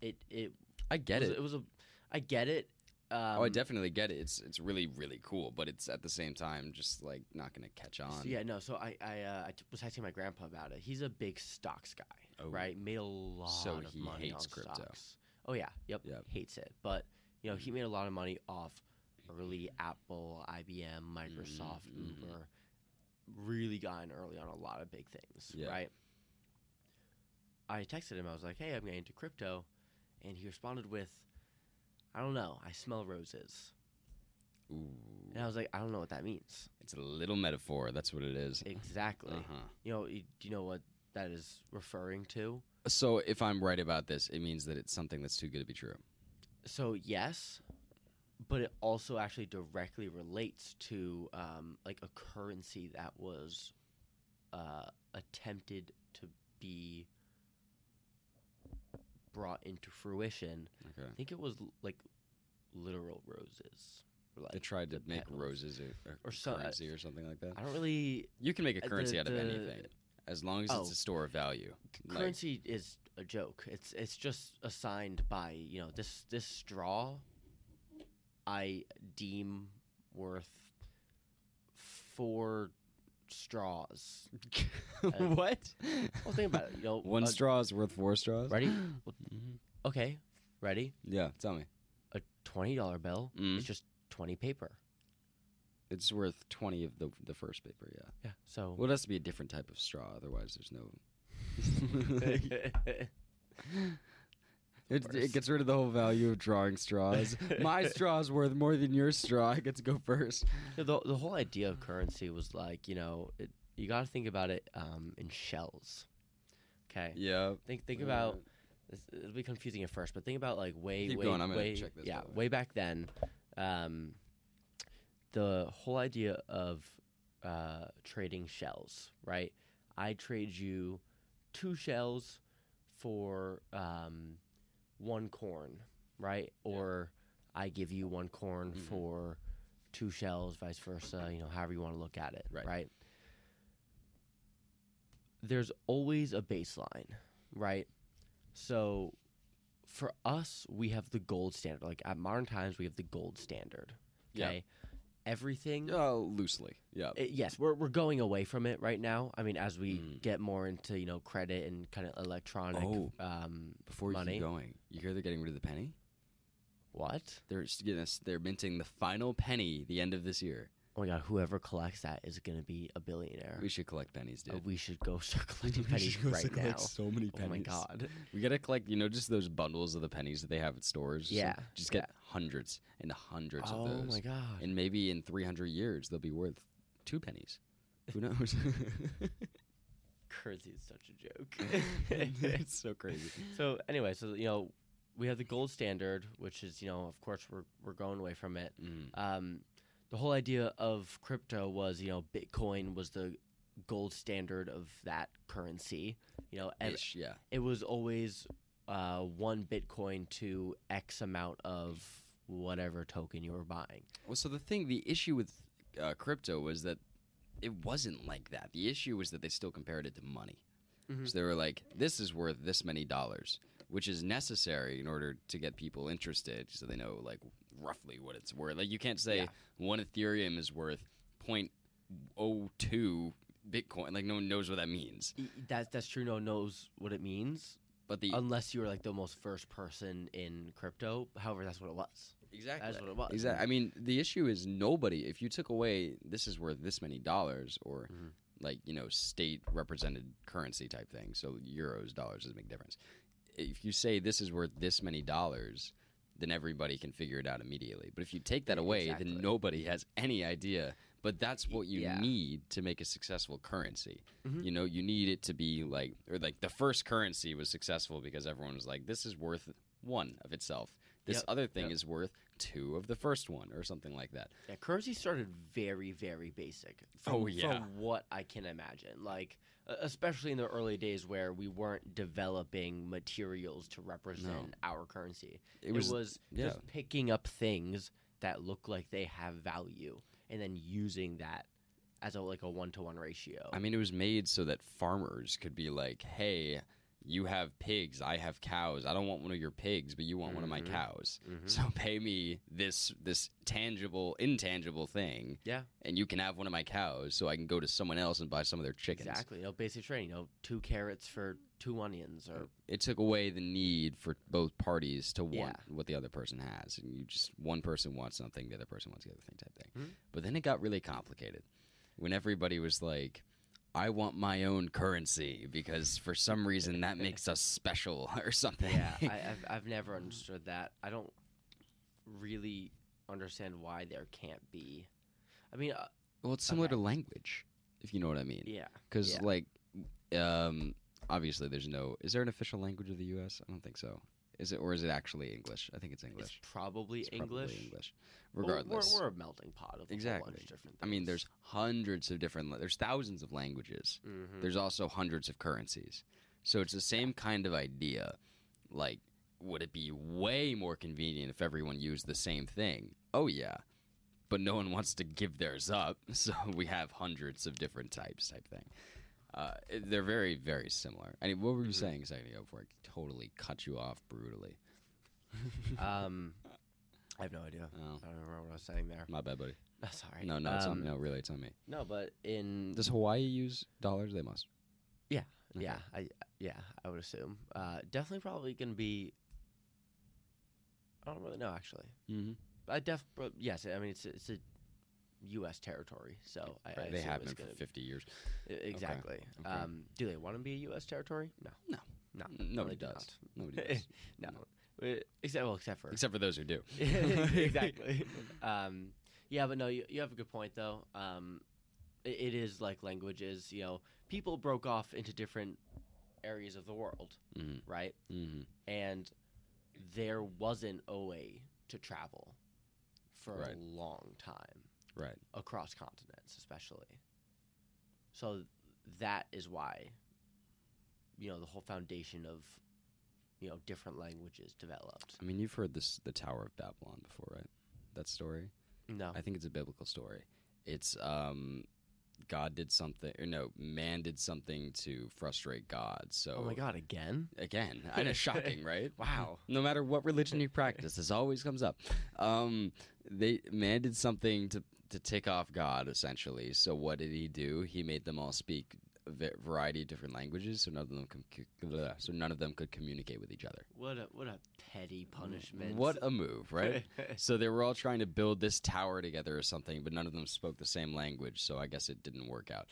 Speaker 3: it it
Speaker 2: I get
Speaker 3: was,
Speaker 2: it.
Speaker 3: It was a, I get it. Um,
Speaker 2: oh, I definitely get it. It's it's really really cool, but it's at the same time just like not gonna catch on.
Speaker 3: So, yeah, no. So I I, uh, I t- was texting my grandpa about it. He's a big stocks guy,
Speaker 2: Oh.
Speaker 3: right? Made a lot
Speaker 2: So
Speaker 3: of
Speaker 2: he
Speaker 3: money
Speaker 2: hates
Speaker 3: on
Speaker 2: crypto.
Speaker 3: stocks. Oh yeah, yep,
Speaker 2: Yep. Mm.
Speaker 3: hates it. But you know, he made a lot of money off early Apple, IBM, Microsoft,
Speaker 2: mhm.
Speaker 3: Uber. Really got in early on a lot of big things,
Speaker 2: Yeah.
Speaker 3: right? I texted him. I was like, "Hey, I'm getting into crypto," and he responded with, "I don't know. I smell roses."
Speaker 2: Ooh.
Speaker 3: And I was like, "I don't know what that means
Speaker 2: It's a little metaphor. That's what it is.
Speaker 3: exactly."
Speaker 2: Uh huh.
Speaker 3: You know, you, do you know what that is referring to?
Speaker 2: So if I'm right about this, it means that it's something that's too good to be true.
Speaker 3: So yes, but it also actually directly relates to um, like a currency that was uh, attempted to be brought into fruition.
Speaker 2: Okay.
Speaker 3: I think it was l- like literal roses. or,
Speaker 2: They
Speaker 3: Like,
Speaker 2: tried to
Speaker 3: the
Speaker 2: make
Speaker 3: petals.
Speaker 2: roses a, a
Speaker 3: Or so- uh,
Speaker 2: currency or something like that.
Speaker 3: I don't really
Speaker 2: You can make a
Speaker 3: uh,
Speaker 2: currency
Speaker 3: the-
Speaker 2: out of
Speaker 3: the-
Speaker 2: anything as long as it's
Speaker 3: Oh.
Speaker 2: a store of value. Like,
Speaker 3: currency is a joke. It's it's just assigned by you know this this straw. I deem worth four straws. Uh,
Speaker 2: what?
Speaker 3: Well, think about it. You know,
Speaker 2: One
Speaker 3: a-
Speaker 2: straw is worth four straws.
Speaker 3: Ready?
Speaker 2: Mhm.
Speaker 3: Okay, ready.
Speaker 2: Yeah. Tell me.
Speaker 3: A twenty dollar bill
Speaker 2: Mm.
Speaker 3: is just twenty paper.
Speaker 2: It's worth twenty of the the first paper. Yeah.
Speaker 3: Yeah. So.
Speaker 2: Well, it has to be a different type of straw. Otherwise, there's no. It,
Speaker 3: course.
Speaker 2: it gets rid of the whole value of drawing straws. My straw's worth more than your straw. I get to go first.
Speaker 3: Yeah, the, the whole idea of currency was like you know it, you got to think about it um, in shells. Okay.
Speaker 2: Yeah.
Speaker 3: Think think about this, it'll be confusing at first, but think about like way
Speaker 2: Keep
Speaker 3: way
Speaker 2: going, I'm gonna
Speaker 3: way
Speaker 2: check this,
Speaker 3: yeah
Speaker 2: by the way.
Speaker 3: way back then, um, the whole idea of uh, trading shells, right? I trade you two shells for um, one corn, right? Or I give you one corn
Speaker 2: Mhm.
Speaker 3: for two shells, vice versa. You know, however you want to look at it,
Speaker 2: Right.
Speaker 3: right? There's always a baseline, right? So for us, we have the gold standard. Like at modern times, we have the gold standard.
Speaker 2: Yeah.
Speaker 3: Okay. Everything.
Speaker 2: Uh, loosely. Yeah.
Speaker 3: Uh, yes, we're, we're going away from it right now. I mean, as we
Speaker 2: Mm.
Speaker 3: get more into, you know, credit and kind of electronic.
Speaker 2: Oh.
Speaker 3: Um,
Speaker 2: Before you
Speaker 3: money.
Speaker 2: keep going, you hear they're getting rid of the penny?
Speaker 3: what?
Speaker 2: They're s- gonna s- they're minting the final penny the end of this year.
Speaker 3: Oh my God, whoever collects that is going to be a billionaire.
Speaker 2: We should collect pennies,
Speaker 3: Uh,
Speaker 2: dude.
Speaker 3: we should go start collecting pennies right now.
Speaker 2: so many
Speaker 3: Oh my God.
Speaker 2: We gotta collect, you know, just those bundles of the pennies that they have at stores. Just, like,
Speaker 3: Yeah,
Speaker 2: Just get hundreds and hundreds
Speaker 3: Oh
Speaker 2: of those.
Speaker 3: my God.
Speaker 2: And maybe in 300 years, they'll be worth two pennies. Who knows?
Speaker 3: Currency is such a joke.
Speaker 2: it's so crazy.
Speaker 3: so anyway, so you know, we have the gold standard, which is you know, of course, we're we're going away from it.
Speaker 2: Mm.
Speaker 3: Um, the whole idea of crypto was you know, Bitcoin was the gold standard of that currency. You know, and
Speaker 2: Ish, yeah.
Speaker 3: it was always uh, one Bitcoin to X amount of whatever token you were buying.
Speaker 2: Well, so the thing, the issue with uh, crypto was that it wasn't like that. The issue was that they still compared it to money.
Speaker 3: Mhm.
Speaker 2: So they were like, this is worth this many dollars, which is necessary in order to get people interested so they know, like, roughly what it's worth. Like, you can't say
Speaker 3: Yeah.
Speaker 2: one Ethereum is worth 0.02 Bitcoin. Like, no one knows what that means.
Speaker 3: E- That's that's true. No one knows what it means
Speaker 2: But the.
Speaker 3: unless you were like the most first person in crypto. However, that's what it was.
Speaker 2: exactly.
Speaker 3: That's what it was.
Speaker 2: Exactly. I mean, the issue is nobody. If you took away this is worth this many dollars, or
Speaker 3: Mhm.
Speaker 2: like you know state represented currency type thing, so euros, dollars doesn't make a difference. If you say this is worth this many dollars, then everybody can figure it out immediately. But if you take that
Speaker 3: E,
Speaker 2: away,
Speaker 3: exactly.
Speaker 2: then nobody has any idea. But that's what you
Speaker 3: yeah.
Speaker 2: need to make a successful currency.
Speaker 3: Mhm.
Speaker 2: You know, you need it to be like, or like the first currency was successful because everyone was like, this is worth one of itself. This
Speaker 3: Yep,
Speaker 2: other thing
Speaker 3: yep.
Speaker 2: is worth two of the first one or something like that.
Speaker 3: Yeah, currency started very, very basic. From,
Speaker 2: Oh, yeah.
Speaker 3: From what I can imagine, like e- especially in the early days where we weren't developing materials to represent our currency.
Speaker 2: It was, yeah.
Speaker 3: just picking up things that look like they have value and then using that as a like a one to one ratio.
Speaker 2: I mean, it was made so that farmers could be like, hey, you have pigs, I have cows. I don't want one of your pigs, but you want one of my
Speaker 3: Mhm.
Speaker 2: cows.
Speaker 3: Mhm.
Speaker 2: So pay me this this tangible, intangible thing,
Speaker 3: Yeah.
Speaker 2: and you can have one of my cows, so I can go to someone else and buy some of their chickens.
Speaker 3: Exactly. You know, basic training. You know, two carrots for two onions, or
Speaker 2: It took away the need for both parties to want
Speaker 3: Yeah.
Speaker 2: what the other person has, and you just one person wants something, the other person wants the other thing, type thing.
Speaker 3: Mhm.
Speaker 2: But then it got really complicated when everybody was like. I want my own currency because for some reason that makes us special or something.
Speaker 3: yeah. I, I've I've never understood that. I don't really understand why there can't be. I mean, uh,
Speaker 2: well, it's similar
Speaker 3: Okay.
Speaker 2: to language, if you know what I mean.
Speaker 3: yeah.
Speaker 2: Because
Speaker 3: Yeah.
Speaker 2: like, um, obviously there's no. Is there an official language of the U.S.? I don't think so. Is it or is it actually English? I think it's English.
Speaker 3: It's probably
Speaker 2: It's probably
Speaker 3: English.
Speaker 2: English.
Speaker 3: but we're-
Speaker 2: Regardless,
Speaker 3: we're, a melting pot of a whole
Speaker 2: Exactly.
Speaker 3: bunch of different. Things.
Speaker 2: I mean, there's hundreds of different, la- there's thousands of languages.
Speaker 3: Mhm.
Speaker 2: There's also hundreds of currencies. So it's the same kind of idea. Like, would it be way more convenient if everyone used the same thing? Oh, yeah. But no one wants to give theirs up. So we have hundreds of different types, type thing. Uh, it- they're very, very similar. I mean, what were you
Speaker 3: Mhm.
Speaker 2: saying a second ago before I totally cut you off brutally?
Speaker 3: um, I have no idea.
Speaker 2: Oh,
Speaker 3: I don't remember what I was saying there.
Speaker 2: my bad, buddy.
Speaker 3: That's all right.
Speaker 2: No, no, it's on,
Speaker 3: Um,
Speaker 2: no, really, it's on me.
Speaker 3: No, but in
Speaker 2: Does Hawaii use dollars? They must.
Speaker 3: Yeah,
Speaker 2: Okay.
Speaker 3: yeah, I yeah, I would assume. Uh, definitely, probably gonna be. I don't really know actually.
Speaker 2: Mhm.
Speaker 3: I def but yes, I mean it's a- it's a U.S. territory, so I, I
Speaker 2: they
Speaker 3: assume
Speaker 2: have
Speaker 3: it's
Speaker 2: been for
Speaker 3: gonna-
Speaker 2: 50 years.
Speaker 3: e- exactly.
Speaker 2: okay.
Speaker 3: Um, do they want to be a U.S. territory? No,
Speaker 2: No.
Speaker 3: Ah, no,
Speaker 2: N- nobody
Speaker 3: they do
Speaker 2: does. Nobody
Speaker 3: not.
Speaker 2: does.
Speaker 3: no, Uh, except well, except for
Speaker 2: Except for those who do.
Speaker 3: exactly. Um, yeah, but no, you, you have a good point though. Um, i it is like languages. You know, people broke off into different areas of the world,
Speaker 2: Mhm.
Speaker 3: right?
Speaker 2: Mhm.
Speaker 3: And there wasn't a way to travel for a
Speaker 2: Right.
Speaker 3: long time
Speaker 2: Right.
Speaker 3: across continents, especially. So that is why, you know, the whole foundation of, you know, different languages developed.
Speaker 2: I mean, you've heard this the Tower of Babylon before, right? That story.
Speaker 3: No,
Speaker 2: I think it's a biblical story. It's um God did something or no, man did something to frustrate God. So
Speaker 3: oh my god, again.
Speaker 2: again, I know shocking, right?
Speaker 3: Wow.
Speaker 2: No matter what religion you practice, this always comes up. Um, they man did something to to tick off God essentially. So what did he do? He made them all speak a va- variety of different languages, so none of them com- c- so none of them could communicate with each other.
Speaker 3: What a what a petty punishment.
Speaker 2: What a move, right? so they were all trying to build this tower together or something, but none of them spoke the same language, so I guess it didn't work out,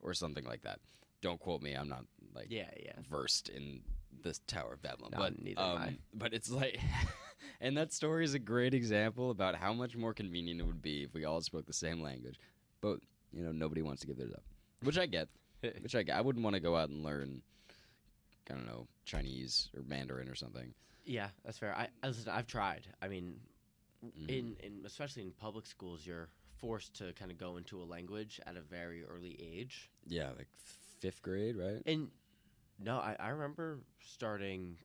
Speaker 2: or something like that. Don't quote me. I'm not like
Speaker 3: yeah, yeah.
Speaker 2: versed in the Tower of Babylon,
Speaker 3: No,
Speaker 2: but
Speaker 3: neither am
Speaker 2: um,
Speaker 3: I.
Speaker 2: But it's like, and that story is a great example about how much more convenient it would be if we all spoke the same language. But you know, nobody wants to give theirs up, which I get. which I get. I wouldn't want to go out and learn, I don't know, Chinese or Mandarin or something.
Speaker 3: Yeah, that's fair. I, I listen, I've tried. I mean,
Speaker 2: Mhm.
Speaker 3: in, in especially in public schools, you're forced to kind of go into a language at a very early age.
Speaker 2: Yeah, like fifth grade, right?
Speaker 3: And no, I, I remember starting.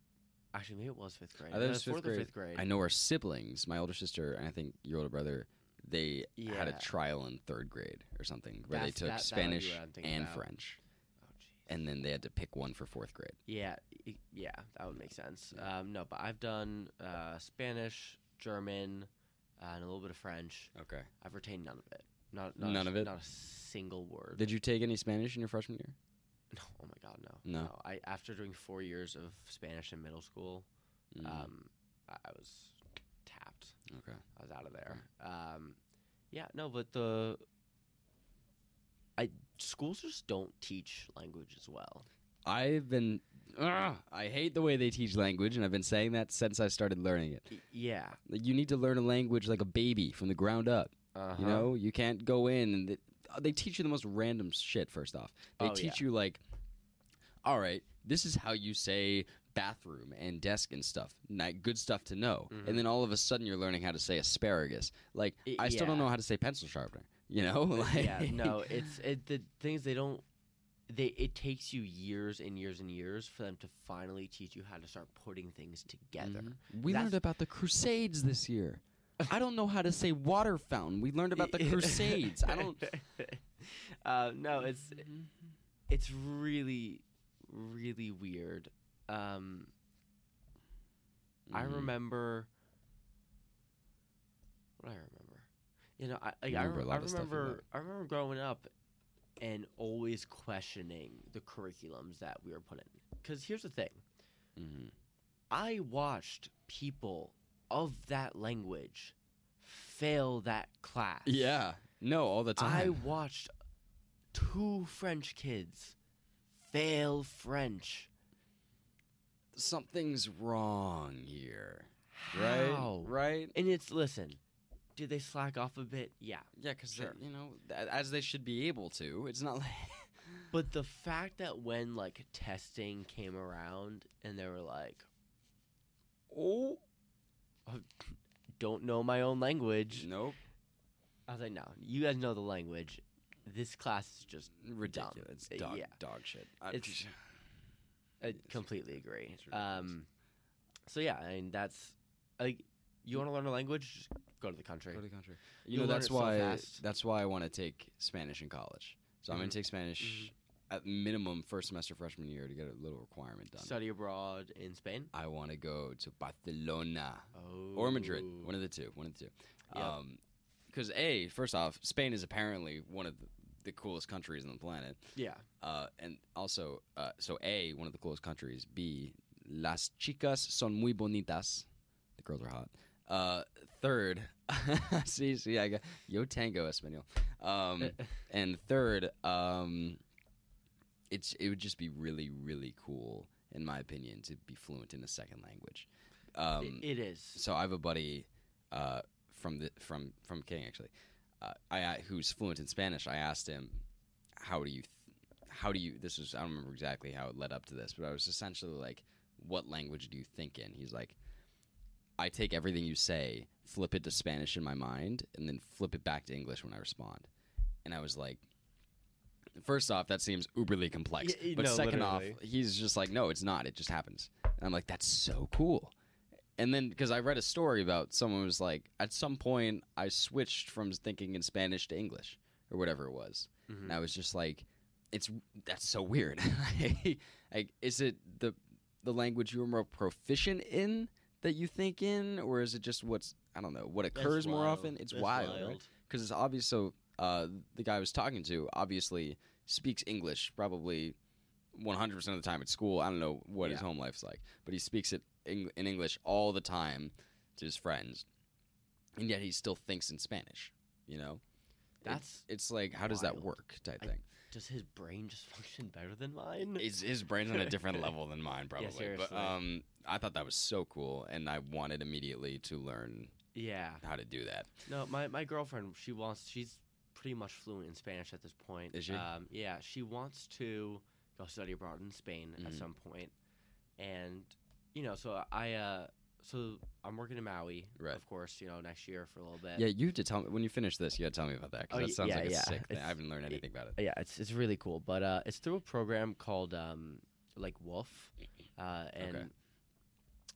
Speaker 3: Actually, maybe it was fifth grade.
Speaker 2: I think it
Speaker 3: No,
Speaker 2: was fifth
Speaker 3: fourth or
Speaker 2: grade.
Speaker 3: fifth grade.
Speaker 2: I know our siblings, my older sister and I think your older brother, they had a
Speaker 3: Yeah.
Speaker 2: trial in third grade or something where
Speaker 3: That's-
Speaker 2: they took
Speaker 3: that- that might be
Speaker 2: Spanish
Speaker 3: what I'm thinking
Speaker 2: and
Speaker 3: about.
Speaker 2: French,
Speaker 3: Oh, jeez.
Speaker 2: and then they had to pick one for fourth grade.
Speaker 3: Yeah, y- yeah, that would make sense. Um, no, but I've done uh, Spanish, German, uh, and a little bit of French.
Speaker 2: Okay.
Speaker 3: I've retained none of it. Not, not a s-
Speaker 2: None of it?
Speaker 3: Not a single word.
Speaker 2: Did you take any Spanish in your freshman year?
Speaker 3: no, oh my god, no.
Speaker 2: No.
Speaker 3: I after doing four years of Spanish in middle school,
Speaker 2: Uh,
Speaker 3: um, I, I was tapped.
Speaker 2: Mm, okay.
Speaker 3: I was out of there. Um, yeah, no, but the I schools just don't teach language as well.
Speaker 2: I've been. Ugh, I hate the way they teach language, and I've been saying that since I started learning it.
Speaker 3: Y- yeah,
Speaker 2: Like, you need to learn a language like a baby from the ground up.
Speaker 3: uh
Speaker 2: You know, you can't go in and they, uh, they teach you the most random shit. First off, they
Speaker 3: Oh,
Speaker 2: teach you like, all right, this is how you say bathroom and desk and stuff. Not good stuff to know.
Speaker 3: Mhm.
Speaker 2: And then all of a sudden, you're learning how to say asparagus. Like
Speaker 3: I-
Speaker 2: I still don't
Speaker 3: yeah. Uh,
Speaker 2: know how to say pencil sharpener. You know, like
Speaker 3: yeah, no, it's it, the things they don't. They it takes you years and years and years for them to finally teach you how to start putting things together.
Speaker 2: Mhm. We
Speaker 3: That's-
Speaker 2: learned about the Crusades this year. I don't know how to say water fountain. We learned about the Crusades. I don't. Mm-hmm.
Speaker 3: Uh, no, it's it's really really weird. Um, I
Speaker 2: Mhm.
Speaker 3: remember. What do I remember? You know, I like, I,
Speaker 2: remember
Speaker 3: re-
Speaker 2: a
Speaker 3: I
Speaker 2: lot of stuff you
Speaker 3: remember
Speaker 2: like.
Speaker 3: I remember growing up and always questioning the curriculums that we were put in. Because here's the thing:
Speaker 2: Mhm.
Speaker 3: I watched people of that language fail that class.
Speaker 2: Yeah. No, all the
Speaker 3: I
Speaker 2: time.
Speaker 3: watched two French kids fail French.
Speaker 2: Something's wrong here. Right?
Speaker 3: How?
Speaker 2: Right?
Speaker 3: And it's listen, did they slack off a bit? Yeah.
Speaker 2: Yeah, because
Speaker 3: Sure.
Speaker 2: you know, th- as they should be able to. It's not like.
Speaker 3: But the fact that when like testing came around and they were like,
Speaker 2: oh
Speaker 3: "Don't know my own language,"
Speaker 2: nope,
Speaker 3: I was like, "No, you guys know the language. This class is just."
Speaker 2: ridiculous.
Speaker 3: Uh,
Speaker 2: Dog,
Speaker 3: yeah.
Speaker 2: dog shit. I-
Speaker 3: It's- I
Speaker 2: It's-
Speaker 3: completely agree.
Speaker 2: it's ridiculous.
Speaker 3: Um, so yeah, I mean that's like, you want to learn a language, just go to the country.
Speaker 2: Go to the country. You
Speaker 3: You'll
Speaker 2: know
Speaker 3: learn
Speaker 2: that's
Speaker 3: it so
Speaker 2: why
Speaker 3: fast.
Speaker 2: that's why I want to take Spanish in college. So I'm gonna
Speaker 3: Mhm.
Speaker 2: take Spanish
Speaker 3: Mm-hmm.
Speaker 2: at minimum first semester freshman year to get a little requirement done.
Speaker 3: Study abroad in Spain
Speaker 2: I want to go to Barcelona
Speaker 3: oh.
Speaker 2: or Madrid, one of the two, one of the two.
Speaker 3: Yep.
Speaker 2: Um, because a first off, Spain is apparently one of the, the coolest countries on the planet.
Speaker 3: yeah.
Speaker 2: Uh, and also, uh, so A, one of the coolest countries. B, las chicas son muy bonitas. The girls are hot. Uh, third, see, see, I got yo tango español.
Speaker 3: Eh.
Speaker 2: Um, and third, um, it's it would just be really, really cool, in my opinion, to be fluent in a second language.
Speaker 3: I-
Speaker 2: Um,
Speaker 3: it is.
Speaker 2: so I have a buddy uh, from the from from King actually, uh, I I- who's fluent in Spanish. I asked him, "How do you, th- how do you?" This is I don't remember exactly how it led up to this, but I was essentially like, "What language do you think in?" He's like, "I take everything you say, flip it to Spanish in my mind, and then flip it back to English when I respond." And I was like. First off, that seems uberly complex.
Speaker 3: Y- y-
Speaker 2: but
Speaker 3: no,
Speaker 2: second off,
Speaker 3: literally.
Speaker 2: he's just like, no, it's not. It just happens. And I'm like, that's so cool and then because I read a story about someone was like, at some point I switched from thinking in Spanish to English or whatever it was,
Speaker 3: Mhm.
Speaker 2: and I was just like, it's that's so weird. like, is it the the language you're more proficient in that you think in, or is it just what's I don't know what
Speaker 3: That's
Speaker 2: occurs more
Speaker 3: wild.
Speaker 2: often? It's
Speaker 3: That's
Speaker 2: wild, right? because it's obvious. So uh, the guy I was talking to obviously speaks English probably 100% of the time at school. I don't know what his
Speaker 3: Yeah.
Speaker 2: home life's like, but he speaks it Eng- in English all the time to his friends, and yet he still thinks in Spanish. You know,
Speaker 3: That's
Speaker 2: it's like how does that
Speaker 3: Wild.
Speaker 2: work type
Speaker 3: I-
Speaker 2: thing.
Speaker 3: does his brain just function better than mine?
Speaker 2: His his brain's on a different level than mine probably, but
Speaker 3: seriously.
Speaker 2: um, I thought that was so cool, and I wanted immediately to learn
Speaker 3: yeah.
Speaker 2: how to do that.
Speaker 3: No, my, my girlfriend, she wants she's pretty much fluent in Spanish at this point.
Speaker 2: Is she?
Speaker 3: Um, yeah, she wants to go study abroad in Spain at
Speaker 2: Mhm.
Speaker 3: some point, and you know, so I, uh, so I'm working in Maui,
Speaker 2: Right.
Speaker 3: Of course, you know, next year for a little bit.
Speaker 2: Uh, Yeah, you have to tell me when you finish this. You got to tell me about that
Speaker 3: Oh,
Speaker 2: because that
Speaker 3: y-
Speaker 2: sounds
Speaker 3: yeah,
Speaker 2: like a
Speaker 3: yeah.
Speaker 2: sick thing. I
Speaker 3: It's-
Speaker 2: haven't learned anything about it.
Speaker 3: yeah, it's it's really cool. But uh, it's through a program called um, like Wolf, uh, and
Speaker 2: Okay.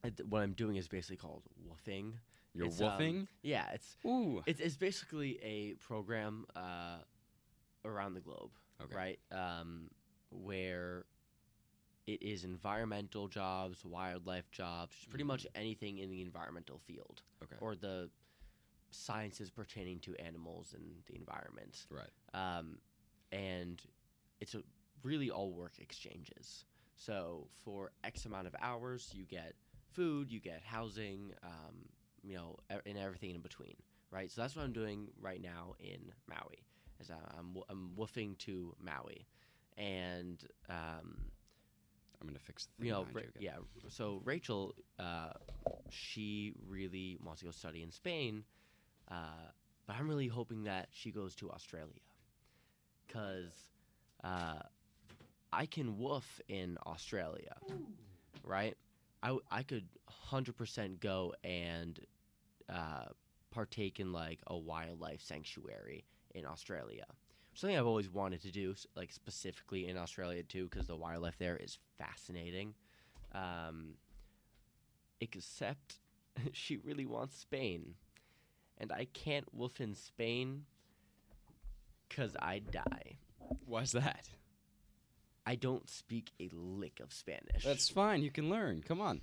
Speaker 3: it- what I'm doing is basically called woofing.
Speaker 2: You're
Speaker 3: It's, um,
Speaker 2: woofing.
Speaker 3: Yeah, it's
Speaker 2: Ooh.
Speaker 3: it's, it's basically a program uh, around the globe,
Speaker 2: Okay.
Speaker 3: right? Um, where it is environmental jobs, wildlife jobs, just pretty much anything in the environmental field
Speaker 2: Mm-hmm. Okay.
Speaker 3: or the sciences pertaining to animals and the environment
Speaker 2: Right.
Speaker 3: um, and it's a really all work exchanges. So for X amount of hours, you get food, you get housing, um, you know, e- and everything in between, right? So that's what I'm doing right now in Maui, is I- I'm wo- I'm woofing to Maui, and um,
Speaker 2: I'm gonna fix the thing.
Speaker 3: you know,
Speaker 2: behind
Speaker 3: Ra-
Speaker 2: again.
Speaker 3: yeah. So Rachel, uh, she really wants to go study in Spain, uh, but I'm really hoping that she goes to Australia, because uh, I can woof in Australia, right? I w- I could hundred percent go and uh, partake in like a wildlife sanctuary in Australia. Something I've always wanted to do, s- like specifically in Australia too, because the wildlife there is fascinating. Um, except she really wants Spain, and I can't wolf in Spain because I die.
Speaker 2: Why's that?
Speaker 3: I don't speak a lick of Spanish.
Speaker 2: That's fine. You can learn. Come on.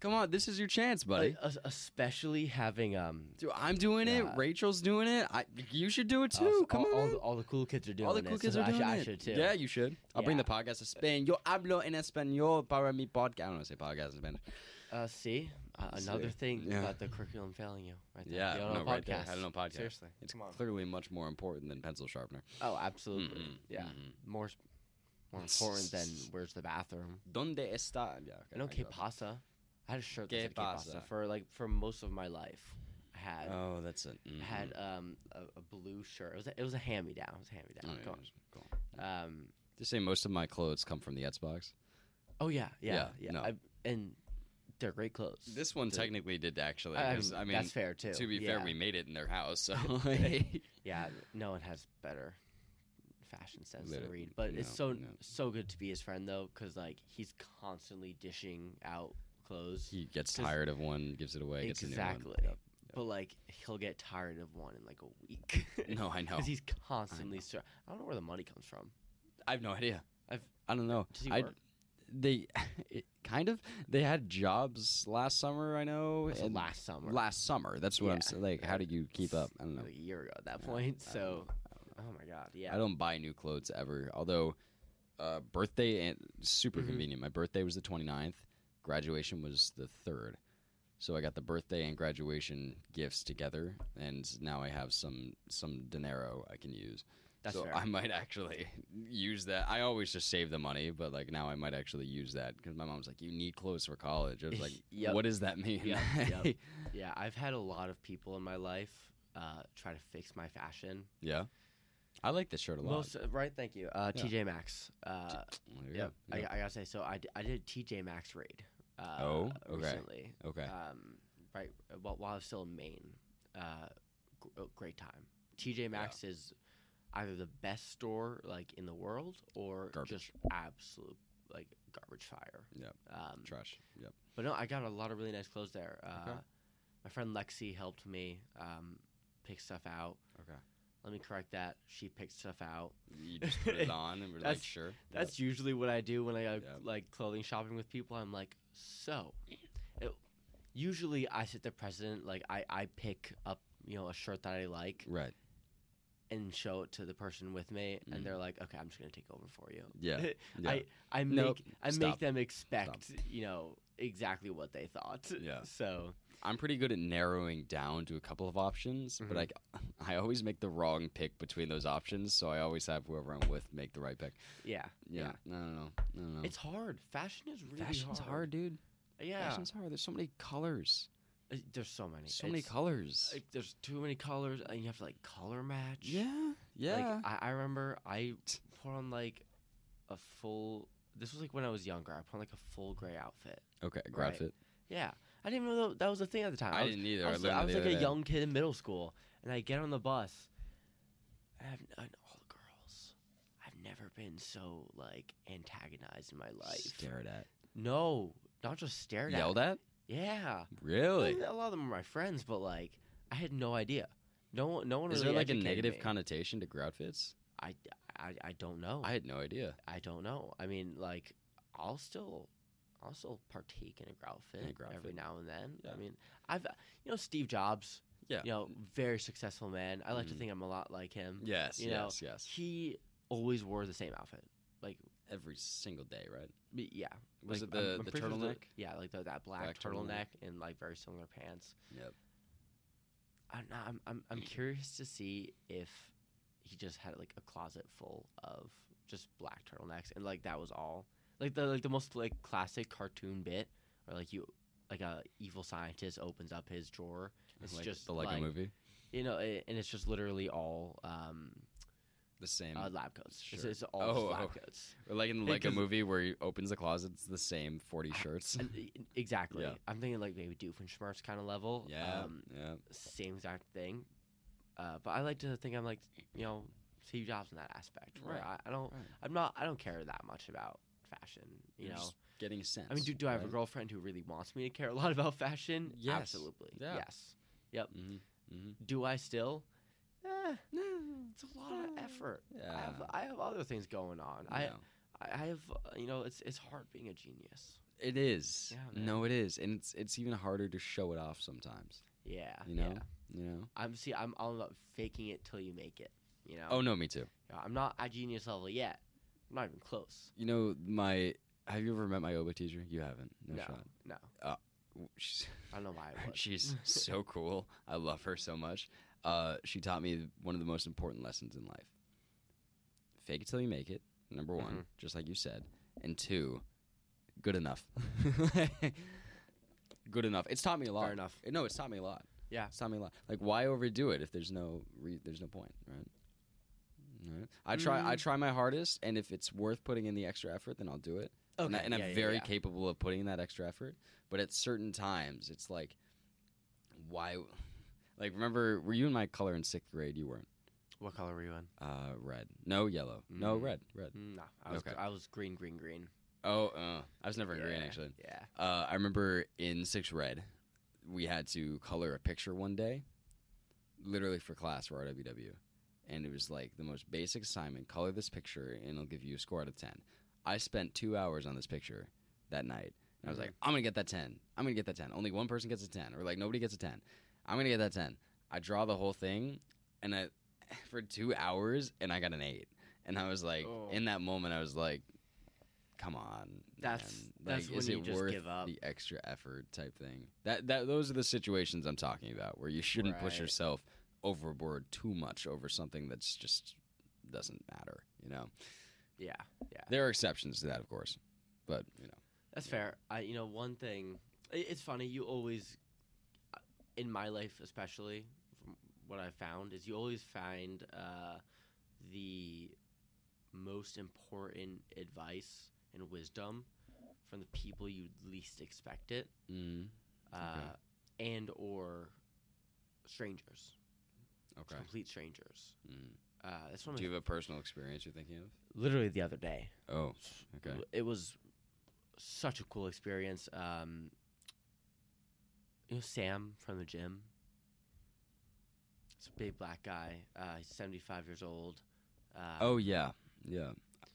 Speaker 2: Come on. This is your chance, buddy.
Speaker 3: Like, es- especially having um
Speaker 2: Dude, I'm doing it.
Speaker 3: yeah.
Speaker 2: Rachel's doing it. I, you should do it
Speaker 3: uh,
Speaker 2: too.
Speaker 3: f-
Speaker 2: Come
Speaker 3: all,
Speaker 2: on.
Speaker 3: all the, all the cool kids are doing
Speaker 2: All the
Speaker 3: it,
Speaker 2: cool
Speaker 3: so
Speaker 2: kids are
Speaker 3: I should-
Speaker 2: doing
Speaker 3: I
Speaker 2: it.
Speaker 3: should too.
Speaker 2: Yeah, you should. I'll bring the
Speaker 3: Yeah.
Speaker 2: podcast to Spain. Yo hablo en español para mi podcast. I don't want to say podcast in Spanish.
Speaker 3: Uh, see, uh,
Speaker 2: See,
Speaker 3: another thing
Speaker 2: yeah.
Speaker 3: about the curriculum failing you, right there.
Speaker 2: Yeah,
Speaker 3: you don't know
Speaker 2: no, right there.
Speaker 3: podcasts.
Speaker 2: I don't know podcasts.
Speaker 3: Seriously,
Speaker 2: It's
Speaker 3: come on.
Speaker 2: clearly much more important than pencil sharpener.
Speaker 3: Oh, absolutely.
Speaker 2: Mhm,
Speaker 3: Yeah,
Speaker 2: mhm.
Speaker 3: more s- more important than where's the bathroom.
Speaker 2: Donde está? Yeah,
Speaker 3: I know
Speaker 2: I
Speaker 3: que
Speaker 2: got it.
Speaker 3: pasa. I had a shirt
Speaker 2: Que
Speaker 3: that said que pasa
Speaker 2: pasa.
Speaker 3: for like for most of my life. I had
Speaker 2: Oh, Mm-hmm. that's it.
Speaker 3: I had um a, a blue shirt. It was a, it was a hand me down. It was a hand me
Speaker 2: Oh,
Speaker 3: down. Go on. Um.
Speaker 2: Just say most of my clothes come from the Xbox.
Speaker 3: Oh yeah, yeah,
Speaker 2: Yeah,
Speaker 3: yeah.
Speaker 2: no.
Speaker 3: I, and they're great clothes.
Speaker 2: This one
Speaker 3: Dude.
Speaker 2: technically did actually.
Speaker 3: I, I
Speaker 2: 'cause,
Speaker 3: mean,
Speaker 2: I mean,
Speaker 3: that's fair too.
Speaker 2: to be
Speaker 3: yeah.
Speaker 2: fair, we made it in their house, so
Speaker 3: Yeah, no one has better fashion sense
Speaker 2: Literally,
Speaker 3: than Reed. But it's
Speaker 2: no,
Speaker 3: so
Speaker 2: no.
Speaker 3: so good to be his friend though, because like he's constantly dishing out clothes.
Speaker 2: he gets
Speaker 3: 'Cause-
Speaker 2: tired of one, gives it away, gets
Speaker 3: exactly.
Speaker 2: a new one.
Speaker 3: But like he'll get tired of one in like a week.
Speaker 2: Yep. No, I know.
Speaker 3: Because he's constantly. Sur- I don't know where the money comes from.
Speaker 2: I have no idea. I've
Speaker 3: I've-
Speaker 2: I don't know.
Speaker 3: Does he
Speaker 2: I
Speaker 3: work?
Speaker 2: they it, kind of they had jobs last summer. I know
Speaker 3: That's
Speaker 2: and
Speaker 3: last summer,
Speaker 2: last summer. That's what I'm
Speaker 3: Yeah.
Speaker 2: saying. Like, how do you keep up? I don't know.
Speaker 3: like a year ago at that
Speaker 2: Yeah,
Speaker 3: point.
Speaker 2: I don't
Speaker 3: so, oh my god, yeah.
Speaker 2: I don't buy new clothes ever. Although, uh, birthday and super
Speaker 3: Mhm.
Speaker 2: convenient. My birthday was the 29th, graduation was the 3rd. So I got the birthday and graduation gifts together, and now I have some some dinero I can use.
Speaker 3: That's
Speaker 2: so
Speaker 3: fair.
Speaker 2: I might actually use that. I always just save the money, but like now I might actually use that because my mom's like, "You need clothes for college." I was like,
Speaker 3: Yep.
Speaker 2: "What does that mean?"
Speaker 3: Yep, yep. yeah, I've had a lot of people in my life uh, try to fix my fashion.
Speaker 2: Yeah. I like this shirt a lot.
Speaker 3: Most uh, right, thank you. Uh,
Speaker 2: Yeah.
Speaker 3: TJ Maxx. Uh,
Speaker 2: There you
Speaker 3: yep.
Speaker 2: go. Yeah.
Speaker 3: I, I gotta say, so I, d- I did a TJ Maxx raid. Uh,
Speaker 2: Oh, okay.
Speaker 3: recently.
Speaker 2: okay.
Speaker 3: Um, right. uh, While, while I was still in Maine, uh, gr- uh, great time. TJ Maxx is either the best store like in the world or
Speaker 2: Garbage.
Speaker 3: just absolute like garbage fire.
Speaker 2: Yep.
Speaker 3: Um,
Speaker 2: Trash. Yep.
Speaker 3: but no, I got a lot of really nice clothes there. Uh,
Speaker 2: Okay.
Speaker 3: My friend Lexi helped me um, pick stuff out.
Speaker 2: Okay.
Speaker 3: Let me correct that. She picked stuff out.
Speaker 2: You just put it on and we're like,
Speaker 3: That's-
Speaker 2: sure.
Speaker 3: That's usually what I do when I go
Speaker 2: Yeah.
Speaker 3: like clothing shopping with people. I'm like, so. It, usually, I set the precedent. Like, I I pick up you know a shirt that I like
Speaker 2: right.
Speaker 3: and show it to the person with me,
Speaker 2: Mhm.
Speaker 3: and they're like, okay, I'm just gonna take over for you.
Speaker 2: Yeah. Yeah.
Speaker 3: I I make
Speaker 2: Nope.
Speaker 3: I
Speaker 2: Stop.
Speaker 3: make them expect you know exactly what they thought.
Speaker 2: Yeah.
Speaker 3: So
Speaker 2: I'm pretty good at narrowing down to a couple of options,
Speaker 3: Mm-hmm.
Speaker 2: but I, I always make the wrong pick between those options. So I always have whoever I'm with make the right pick.
Speaker 3: yeah,
Speaker 2: Yeah. No, no, no. No, no.
Speaker 3: It's hard. Fashion is really
Speaker 2: Fashion's hard, dude.
Speaker 3: Yeah.
Speaker 2: Fashion's hard. There's so many colors.
Speaker 3: Uh, There's so many.
Speaker 2: So many
Speaker 3: It's-
Speaker 2: colors.
Speaker 3: like, there's too many colors, and you have to like color match.
Speaker 2: yeah, yeah.
Speaker 3: Like, I, I remember I put on like a full. This was like when I was younger. I put on like a full gray outfit.
Speaker 2: okay,
Speaker 3: right.
Speaker 2: grab fit.
Speaker 3: Yeah, I didn't even know that was a thing at the time.
Speaker 2: I,
Speaker 3: was-
Speaker 2: didn't either.
Speaker 3: I
Speaker 2: I,
Speaker 3: was,
Speaker 2: learned
Speaker 3: I
Speaker 2: that
Speaker 3: was
Speaker 2: the
Speaker 3: like
Speaker 2: other
Speaker 3: a
Speaker 2: day.
Speaker 3: young kid in middle school, and I get on the bus. And I have and all the girls. I've never been so like antagonized in my life.
Speaker 2: Stared at.
Speaker 3: No, not just stared
Speaker 2: Yelled
Speaker 3: at.
Speaker 2: at?
Speaker 3: Yeah,
Speaker 2: Really?
Speaker 3: a lot of them are my friends, but like I had no idea. No one, no one
Speaker 2: Is
Speaker 3: really
Speaker 2: there like a
Speaker 3: educated
Speaker 2: negative
Speaker 3: me.
Speaker 2: connotation to grout fits?
Speaker 3: I, I, I don't know.
Speaker 2: I had no idea.
Speaker 3: I don't know. I mean, like, I'll still, I'll still partake in a growl fit,
Speaker 2: In a growl
Speaker 3: every
Speaker 2: fit.
Speaker 3: now and then.
Speaker 2: Yeah.
Speaker 3: I mean, I've, you know, Steve Jobs.
Speaker 2: Yeah.
Speaker 3: You know, very successful man. I like to
Speaker 2: Mhm.
Speaker 3: think I'm a lot like him.
Speaker 2: Yes,
Speaker 3: You know,
Speaker 2: yes, yes.
Speaker 3: He always wore the same outfit.
Speaker 2: Every single day, right?
Speaker 3: But yeah.
Speaker 2: Was
Speaker 3: like,
Speaker 2: it the,
Speaker 3: I'm- I'm
Speaker 2: the
Speaker 3: pretty sure it was
Speaker 2: turtleneck?
Speaker 3: yeah, like the, that black,
Speaker 2: Black
Speaker 3: turtleneck,
Speaker 2: turtleneck.
Speaker 3: and like very similar pants.
Speaker 2: Yep.
Speaker 3: I'm, not, I'm, I'm, I'm curious to see if he just had like a closet full of just black turtlenecks and like that was all. Like the like the most like classic cartoon bit where like you like a evil scientist opens up his drawer. It's
Speaker 2: like
Speaker 3: just
Speaker 2: the Lego
Speaker 3: like,
Speaker 2: movie.
Speaker 3: You know, i and it's just literally all um
Speaker 2: The same.
Speaker 3: uh, lab coats. It's,
Speaker 2: sure.
Speaker 3: it's all just
Speaker 2: Oh,
Speaker 3: lab
Speaker 2: oh.
Speaker 3: coats.
Speaker 2: or like in the
Speaker 3: hey,
Speaker 2: Lego
Speaker 3: 'cause-
Speaker 2: movie where he opens the closet, it's the same 40 shirts.
Speaker 3: And, e- exactly.
Speaker 2: Yeah.
Speaker 3: I'm thinking like maybe Doofenshmirtz kind of level.
Speaker 2: yeah.
Speaker 3: Um,
Speaker 2: yeah.
Speaker 3: same exact thing. Uh, but I like to think I'm like you know Steve Jobs in that aspect where
Speaker 2: Right,
Speaker 3: I, I don't
Speaker 2: right.
Speaker 3: I'm not I don't care that much about fashion. You
Speaker 2: You're
Speaker 3: know,
Speaker 2: just Getting a sense.
Speaker 3: I mean, do, do I have a
Speaker 2: right?
Speaker 3: girlfriend who really wants me to care a lot about fashion?
Speaker 2: Yes.
Speaker 3: Absolutely.
Speaker 2: Yeah.
Speaker 3: Yes. Yep.
Speaker 2: Mhm, mhm.
Speaker 3: Do I still? Eh, it's a lot of
Speaker 2: Uh,
Speaker 3: effort. I
Speaker 2: Yeah.
Speaker 3: have I have other things going on. I
Speaker 2: no.
Speaker 3: I I have uh, you know it's it's hard being a genius.
Speaker 2: It is.
Speaker 3: Yeah,
Speaker 2: no, it is. And it's it's even harder to show it off sometimes.
Speaker 3: Yeah.
Speaker 2: You know?
Speaker 3: Uh, Yeah.
Speaker 2: You know?
Speaker 3: I'm see I'm all about faking it till you make it. You know.
Speaker 2: Oh no, me too.
Speaker 3: Yeah, I'm not at genius level yet. I'm not even close.
Speaker 2: You know, my have you ever met my Oba teacher? You haven't. No,
Speaker 3: No.
Speaker 2: shot.
Speaker 3: No.
Speaker 2: W- She's
Speaker 3: I don't know why I was.
Speaker 2: she's so cool. I love her so much. Uh, she taught me one of the most important lessons in life. Fake it till you make it. Number one,
Speaker 3: Mm-hmm.
Speaker 2: just like you said, and two, good enough. good enough. It's taught me a lot.
Speaker 3: Fair enough.
Speaker 2: No, it's taught me a lot.
Speaker 3: Yeah.
Speaker 2: it's taught me a lot. Like, why overdo it if there's no re- there's no point, right? Right. I try. I
Speaker 3: Mm.
Speaker 2: try my hardest, and if it's worth putting in the extra effort, then I'll do it. And, I, and I'm very capable of putting in that extra effort. But at certain times, it's like, why? Like, remember, were you in my color in sixth grade? You weren't.
Speaker 3: What color were you in?
Speaker 2: Uh, red. No, yellow. No,
Speaker 3: Mm.
Speaker 2: red. Red.
Speaker 3: No, I was
Speaker 2: Okay.
Speaker 3: I was green, green, green.
Speaker 2: Oh, uh, I was never in green
Speaker 3: Yeah,
Speaker 2: actually.
Speaker 3: Yeah.
Speaker 2: Uh, I remember in sixth red, we had to color a picture one day, literally for class for RWW, and it was like the most basic assignment: color this picture, and it'll give you a score out of ten. I spent two hours on this picture that night, and I was
Speaker 3: Mhm.
Speaker 2: like, "I'm gonna get that ten. I'm gonna get that ten. Only one person gets a ten, or like nobody gets a ten. I'm gonna get that ten. I draw the whole thing, and I for two hours, and I got an eight. And I was like,
Speaker 3: Oh.
Speaker 2: in that moment, I was like, "Come on,
Speaker 3: That's-
Speaker 2: man.
Speaker 3: that's
Speaker 2: like,
Speaker 3: when
Speaker 2: is
Speaker 3: you
Speaker 2: it
Speaker 3: just
Speaker 2: worth
Speaker 3: give up.
Speaker 2: the extra effort type thing." That that those are the situations I'm talking about where you shouldn't push
Speaker 3: Right.
Speaker 2: yourself overboard too much over something that's just doesn't matter. You know,
Speaker 3: Yeah.
Speaker 2: there are exceptions to that, of course, but you know,
Speaker 3: That's
Speaker 2: Yeah.
Speaker 3: fair. I you know one thing. i- It's funny. You always, uh, in my life especially, from what I found is you always find uh, the most important advice and wisdom from the people you least expect it.
Speaker 2: mm,
Speaker 3: uh, and or strangers,
Speaker 2: okay.
Speaker 3: complete strangers.
Speaker 2: Mm.
Speaker 3: Uh, that's one of
Speaker 2: Do
Speaker 3: my
Speaker 2: you have a personal experience you're thinking of?
Speaker 3: literally the other day.
Speaker 2: Oh, okay.
Speaker 3: It was such a cool experience. Um, you know Sam from the gym. It's a big black guy. Uh, he's seventy five years old. Uh,
Speaker 2: Oh yeah, yeah.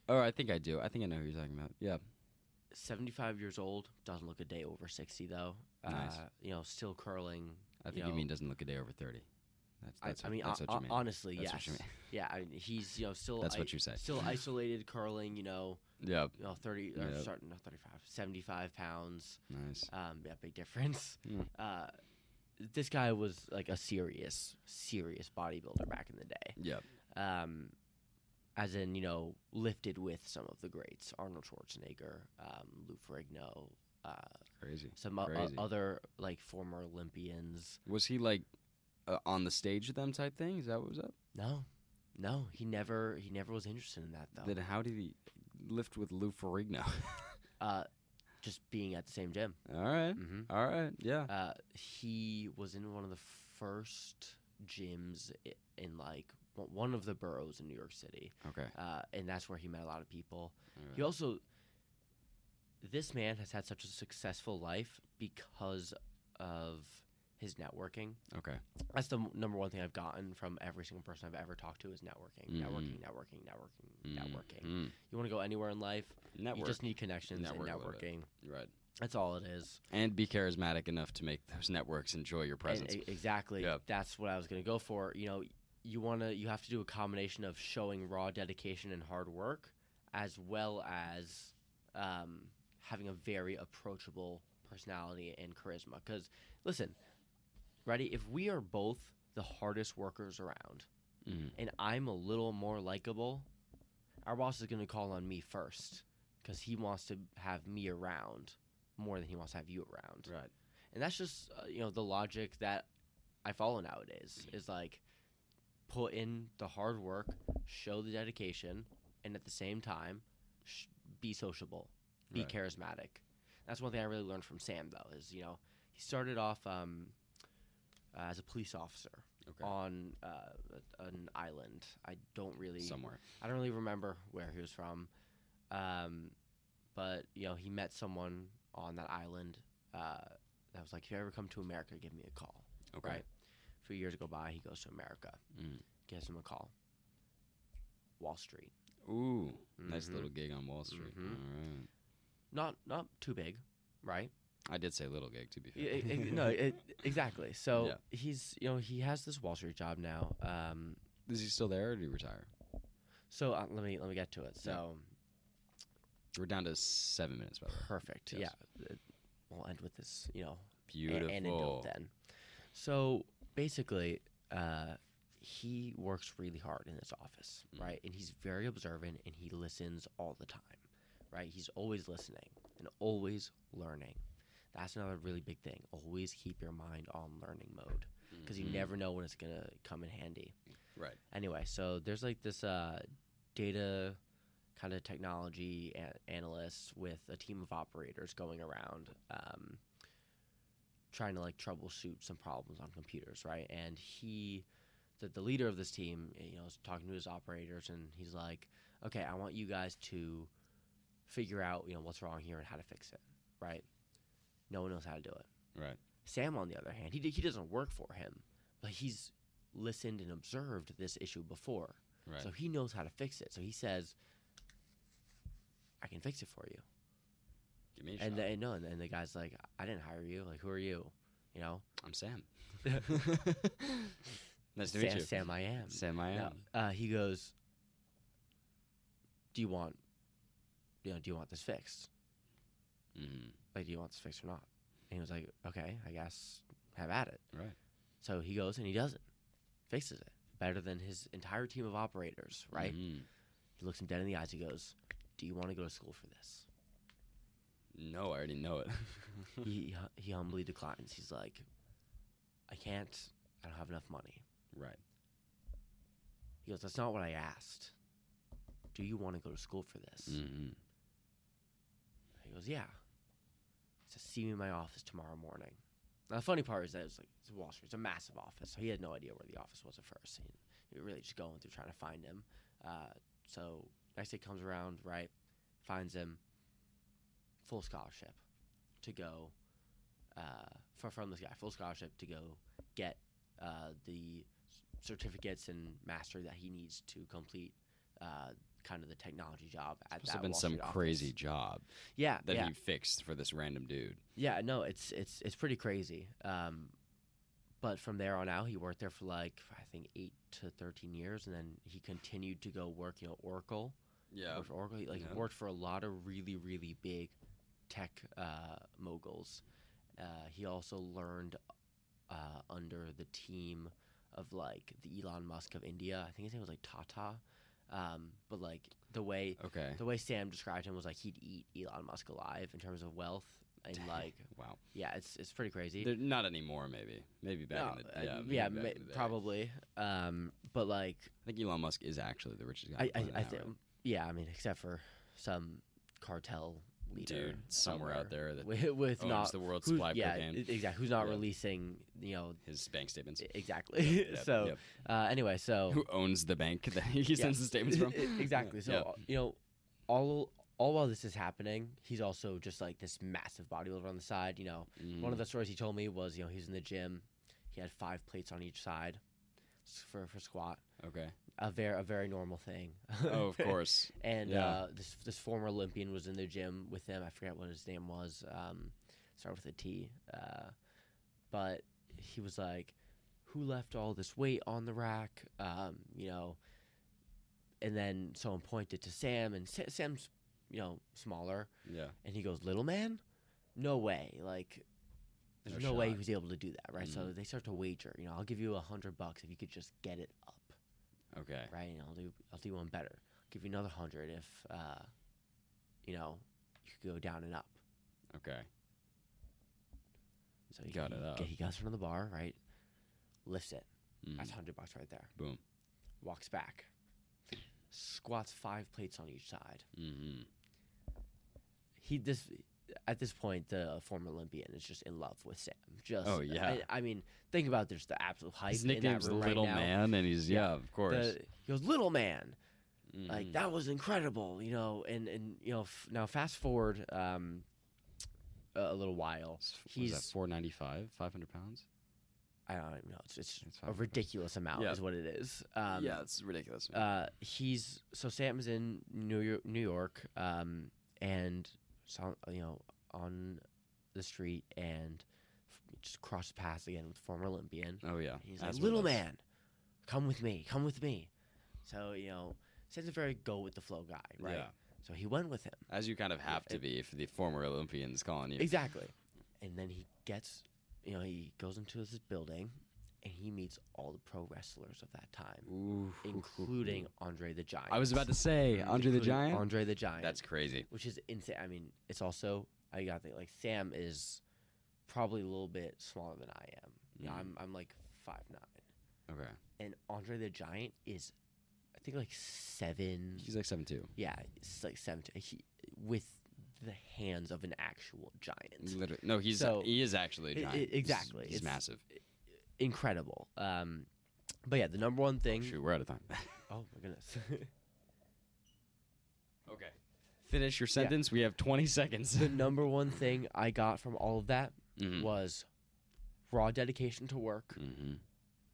Speaker 2: Oh, I think I do. I think I know who you're talking about. Yeah.
Speaker 3: 75 years old. Doesn't look a day over sixty though.
Speaker 2: Nice.
Speaker 3: Uh, you know, still curling.
Speaker 2: I think you,
Speaker 3: know,
Speaker 2: mean doesn't look a day over thirty. That's,
Speaker 3: I,
Speaker 2: that's
Speaker 3: I
Speaker 2: what,
Speaker 3: mean,
Speaker 2: that's
Speaker 3: hon-
Speaker 2: what you mean.
Speaker 3: honestly,
Speaker 2: That's
Speaker 3: yes.
Speaker 2: what you mean.
Speaker 3: Yeah, I mean, he's you know still
Speaker 2: That's
Speaker 3: I-
Speaker 2: what you say.
Speaker 3: still isolated curling, you know,
Speaker 2: Yeah,
Speaker 3: you know 30 or
Speaker 2: Yep.
Speaker 3: starting not 35, 75 pounds.
Speaker 2: nice.
Speaker 3: Um yeah, big difference.
Speaker 2: Mm.
Speaker 3: Uh this guy was like a serious serious bodybuilder back in the day.
Speaker 2: Yep.
Speaker 3: Um as in, you know, lifted with some of the greats, Arnold Schwarzenegger, um, Lou Ferrigno, uh,
Speaker 2: Crazy.
Speaker 3: some o- o-
Speaker 2: Crazy.
Speaker 3: other like former Olympians.
Speaker 2: Was he like uh, on the stage with them type thing? Is that what was up?
Speaker 3: No, no, he never he never was interested in that though.
Speaker 2: Then how did he lift with Lou Ferrigno?
Speaker 3: uh, just being at the same gym.
Speaker 2: all right.
Speaker 3: Mm-hmm.
Speaker 2: All right. Yeah.
Speaker 3: Uh, he was in one of the first gyms i- in like o- one of the boroughs in New York City,
Speaker 2: Okay.
Speaker 3: uh, and that's where he met a lot of people.
Speaker 2: all
Speaker 3: He
Speaker 2: right.
Speaker 3: also, this man has had such a successful life because of his networking.
Speaker 2: Okay.
Speaker 3: That's the m- number one thing I've gotten from every single person I've ever talked to is networking,
Speaker 2: Mhm.
Speaker 3: networking, networking, networking,
Speaker 2: Mm,
Speaker 3: networking.
Speaker 2: mm.
Speaker 3: You want to go anywhere in life,
Speaker 2: Network.
Speaker 3: you just need connections
Speaker 2: Network a
Speaker 3: and
Speaker 2: little bit.
Speaker 3: networking.
Speaker 2: right.
Speaker 3: That's all it is.
Speaker 2: And be charismatic enough to make those networks enjoy your
Speaker 3: And
Speaker 2: presence.
Speaker 3: e- exactly.
Speaker 2: Yep.
Speaker 3: That's what I was going to go for. You know, you want to you have to do a combination of showing raw dedication and hard work as well as um, having a very approachable personality and charisma cuz listen, ready if we are both the hardest workers around
Speaker 2: Mhm.
Speaker 3: and I'm a little more likable, our boss is going to call on me first cuz he wants to have me around more than he wants to have you around
Speaker 2: Right.
Speaker 3: and that's just uh, you know the logic that i follow nowadays is like put in the hard work show the dedication and at the same time sh- be sociable be
Speaker 2: Right.
Speaker 3: charismatic that's one thing i really learned from sam though is you know he started off um, uh, as a police officer
Speaker 2: Okay.
Speaker 3: on uh, an island i don't really
Speaker 2: Somewhere.
Speaker 3: I don't really remember where he was from, um, but you know he met someone on that island uh, that was like, "If you ever come to America, give me a call."
Speaker 2: Okay.
Speaker 3: Right. A few years go by, he goes to America,
Speaker 2: Mm.
Speaker 3: gives him a call. Wall Street,
Speaker 2: Ooh. Nice
Speaker 3: Mhm.
Speaker 2: little gig on Wall Street.
Speaker 3: Mhm.
Speaker 2: All right.
Speaker 3: not not too big, right?
Speaker 2: I did say little gig to be fair.
Speaker 3: I- I- no, it, exactly. So
Speaker 2: Yeah.
Speaker 3: he's you know he has this Wall Street job now. Um,
Speaker 2: Is he still there or did he retire?
Speaker 3: so uh, let me let me get to it. So
Speaker 2: We're down to seven minutes, by the way.
Speaker 3: perfect.
Speaker 2: Yes.
Speaker 3: Yeah, Uh, we'll end with this. You know, a-
Speaker 2: Beautiful.
Speaker 3: anecdote then. So basically, uh, he works really hard in his office,
Speaker 2: Mhm.
Speaker 3: right? And he's very observant and he listens all the time, right? He's always listening and always learning. That's another really big thing. Always keep your mind on learning mode because you
Speaker 2: Mhm.
Speaker 3: never know when it's going to come in handy.
Speaker 2: Right.
Speaker 3: Anyway, so there's like this uh, data kind of technology a- analyst with a team of operators going around um, trying to like troubleshoot some problems on computers, right? And he, the, the leader of this team, you know, is talking to his operators and he's like, okay, I want you guys to figure out, you know, what's wrong here and how to fix it, right? No one knows how to do it.
Speaker 2: Right.
Speaker 3: Sam, on the other hand, he, d- he doesn't work for him, but he's listened and observed this issue before.
Speaker 2: Right.
Speaker 3: So he knows how to fix it. So he says, I can fix it for you.
Speaker 2: Give me a
Speaker 3: And
Speaker 2: shot.
Speaker 3: then, no, and then the guy's like, I didn't hire you. Like, who are you? You know,
Speaker 2: I'm Sam. nice to meet
Speaker 3: Sam,
Speaker 2: you.
Speaker 3: Sam I am.
Speaker 2: Sam, I am.
Speaker 3: No, uh, he goes, Do you want, you know, do you want this fixed?
Speaker 2: Mhm.
Speaker 3: Like, do you want this fixed or not? And he was like, Okay, I guess have at it.
Speaker 2: Right.
Speaker 3: So he goes and he does it, fixes it better than his entire team of operators, right?
Speaker 2: Mhm.
Speaker 3: He looks him dead in the eyes. He goes, Do you want to go to school for this?
Speaker 2: No, I already know it.
Speaker 3: he, he humbly declines. He's like, I can't. I don't have enough money.
Speaker 2: right.
Speaker 3: He goes, That's not what I asked. Do you want to go to school for this?
Speaker 2: Mhm.
Speaker 3: He goes, Yeah. He says, See me in my office tomorrow morning. Now, the funny part is that it's like it's Wall Street. It's a massive office, so he had no idea where the office was at first. He, he was really just going through trying to find him. Uh, so next day comes around, right? Finds him. Full scholarship to go uh, from from this guy. Full scholarship to go get uh, the c- certificates and master that he needs to complete uh, kind of the technology job at
Speaker 2: Must
Speaker 3: that
Speaker 2: have been
Speaker 3: Wall
Speaker 2: some
Speaker 3: Street office.
Speaker 2: crazy job
Speaker 3: Yeah,
Speaker 2: that
Speaker 3: yeah.
Speaker 2: he fixed for this random dude.
Speaker 3: Yeah, no, it's it's it's pretty crazy. Um, but from there on out, he worked there for like I think eight to thirteen years, and then he continued to go work. You know, Oracle.
Speaker 2: Yeah.
Speaker 3: worked for Oracle. He, like
Speaker 2: Yeah.
Speaker 3: worked for a lot of really really big tech uh, moguls. Uh, he also learned uh, under the team of like the Elon Musk of India. I think his name was like Tata. Um, but like the way
Speaker 2: Okay.
Speaker 3: the way Sam described him was like he'd eat Elon Musk alive in terms of wealth and
Speaker 2: Dang.
Speaker 3: like
Speaker 2: Wow.
Speaker 3: yeah, it's it's pretty crazy.
Speaker 2: They're not anymore, maybe. Maybe back
Speaker 3: No,
Speaker 2: in the
Speaker 3: uh,
Speaker 2: yeah, maybe
Speaker 3: yeah,
Speaker 2: back
Speaker 3: ma-
Speaker 2: in the day.
Speaker 3: probably. Um, but like
Speaker 2: I think Elon Musk is actually the richest guy.
Speaker 3: I, I,
Speaker 2: on the
Speaker 3: I
Speaker 2: planet
Speaker 3: think
Speaker 2: now, right?
Speaker 3: yeah, I mean, except for some cartel leader
Speaker 2: dude, somewhere, out there that
Speaker 3: with, with
Speaker 2: owns
Speaker 3: not
Speaker 2: the world's
Speaker 3: who's-
Speaker 2: supply of
Speaker 3: yeah,
Speaker 2: cocaine.
Speaker 3: e- exactly. Who's not
Speaker 2: Yeah.
Speaker 3: releasing you know
Speaker 2: his bank statements.
Speaker 3: e- exactly.
Speaker 2: Yep,
Speaker 3: so
Speaker 2: yep.
Speaker 3: Uh, anyway, so
Speaker 2: who owns the bank that he
Speaker 3: Yeah.
Speaker 2: sends the statements from?
Speaker 3: E-, exactly.
Speaker 2: Yeah.
Speaker 3: So uh,
Speaker 2: Yeah.
Speaker 3: you know, all all while this is happening, he's also just like this massive bodybuilder on the side. You know, uh,
Speaker 2: Mm.
Speaker 3: one of the stories he told me was you know he was in the gym, he had five plates on each side s- for for squat.
Speaker 2: Mm, okay.
Speaker 3: A very a very normal thing.
Speaker 2: Oh, of course.
Speaker 3: And
Speaker 2: Yeah.
Speaker 3: uh, this this former Olympian was in the gym with him. I forget what his name was. Um, start with a T. Uh, but he was like, "Who left all this weight on the rack?" Um, you know. And then someone pointed to Sam, and Sa- Sam's you know smaller,
Speaker 2: Yeah.
Speaker 3: and he goes, "Little man, no way!" Like. There's no,
Speaker 2: No
Speaker 3: way he
Speaker 2: shot. Mm-hmm.
Speaker 3: was able to do that, right? So they start to wager. You know, I'll give you a hundred bucks if you could just get it up
Speaker 2: Okay.
Speaker 3: right? And I'll do I'll do one better. give you another hundred if uh, you know you could go down and up.
Speaker 2: Okay.
Speaker 3: So he
Speaker 2: Got
Speaker 3: he,
Speaker 2: it uh. up.
Speaker 3: g- He goes from the bar, right? Lifts it. That's
Speaker 2: Mm.
Speaker 3: hundred bucks right there.
Speaker 2: Boom.
Speaker 3: Walks back. Squats five plates on each side.
Speaker 2: Mm-hmm.
Speaker 3: He this at this point the former Olympian is just in love with Sam. Just
Speaker 2: Oh, yeah.
Speaker 3: I, I mean, think about this the absolute hype.
Speaker 2: His
Speaker 3: in that
Speaker 2: nickname's
Speaker 3: room right
Speaker 2: Little
Speaker 3: now.
Speaker 2: Man, and he's yeah, of course.
Speaker 3: The- he goes, little man. like
Speaker 2: Mhm.
Speaker 3: that was incredible you know and and you know f- now fast forward um a a little while
Speaker 2: S- what is that
Speaker 3: he's
Speaker 2: four ninety five, five hundred pounds?
Speaker 3: i don't even know it's, it's
Speaker 2: It's
Speaker 3: a
Speaker 2: fine.
Speaker 3: ridiculous amount
Speaker 2: Yeah.
Speaker 3: is what it is um
Speaker 2: it's ridiculous.
Speaker 3: uh he's so sam's in new york new york um and so you know on the street and f- just cross paths again with former olympian
Speaker 2: oh yeah,
Speaker 3: And He's
Speaker 2: As
Speaker 3: like,
Speaker 2: one
Speaker 3: little
Speaker 2: does.
Speaker 3: man, come with me, come with me. So, you know, Sam's a very go with the flow guy, right?
Speaker 2: Yeah.
Speaker 3: So he went with him.
Speaker 2: As you kind of have to
Speaker 3: it-
Speaker 2: be if the former Olympians calling you.
Speaker 3: Exactly. And then he gets, you know, he goes into this building and he meets all the pro wrestlers of that time,
Speaker 2: Ooh.
Speaker 3: including Andre the Giant.
Speaker 2: I was about to say Andre the
Speaker 3: Including
Speaker 2: Giant.
Speaker 3: Andre the Giant.
Speaker 2: That's crazy.
Speaker 3: which is insane. I mean, it's also I got the like Sam is probably a little bit smaller than I am. You know,
Speaker 2: Mhm.
Speaker 3: I'm I'm like five nine.
Speaker 2: Okay,
Speaker 3: and Andre the Giant is, I think like seven.
Speaker 2: he's like seven two.
Speaker 3: yeah, it's like seven. to- He with the hands of an actual giant.
Speaker 2: Literally, no, he's
Speaker 3: So-
Speaker 2: he is actually a
Speaker 3: I-
Speaker 2: giant.
Speaker 3: I-
Speaker 2: He's-
Speaker 3: exactly.
Speaker 2: he's,
Speaker 3: It's-
Speaker 2: massive.
Speaker 3: Incredible. Um, but yeah, the number one thing.
Speaker 2: Shoot, we're out of time.
Speaker 3: oh my goodness.
Speaker 2: okay, finish your sentence. We have twenty seconds.
Speaker 3: the number one thing I got from all of that
Speaker 2: Mhm.
Speaker 3: was raw dedication to work,
Speaker 2: Mhm.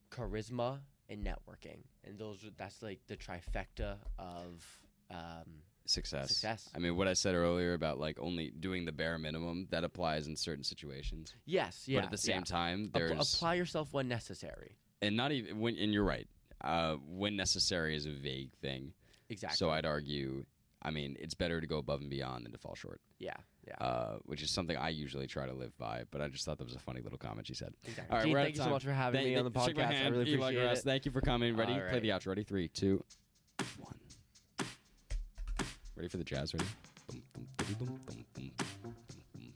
Speaker 3: charisma, and networking. And those are that's like the trifecta of um,
Speaker 2: Success.
Speaker 3: success.
Speaker 2: I mean, what I said earlier about like only doing the bare minimum that applies in certain situations.
Speaker 3: Yes. Yeah.
Speaker 2: but at the same
Speaker 3: yeah.
Speaker 2: time,
Speaker 3: App-
Speaker 2: there's
Speaker 3: apply yourself when necessary.
Speaker 2: and not even when and you're right. Uh, when necessary is a vague thing.
Speaker 3: Exactly.
Speaker 2: So I'd argue, I mean, it's better to go above and beyond than to fall short,
Speaker 3: yeah. Yeah.
Speaker 2: uh, which is something I usually try to live by. But I just thought that was a funny little comment she said.
Speaker 3: Exactly.
Speaker 2: All right,
Speaker 3: Gene,
Speaker 2: we're out
Speaker 3: thank
Speaker 2: of
Speaker 3: you so
Speaker 2: time.
Speaker 3: much for having
Speaker 2: Thank-
Speaker 3: me on the
Speaker 2: thank- shake my
Speaker 3: podcast. I
Speaker 2: hand,
Speaker 3: really
Speaker 2: Eli
Speaker 3: appreciate
Speaker 2: Gross.
Speaker 3: it.
Speaker 2: Thank you for coming. Ready?
Speaker 3: All
Speaker 2: Play
Speaker 3: right.
Speaker 2: the outro. Ready? Three, two, one. Ready for the jazz? Ready? Boom, boom, boom, boom, boom, boom, boom, boom.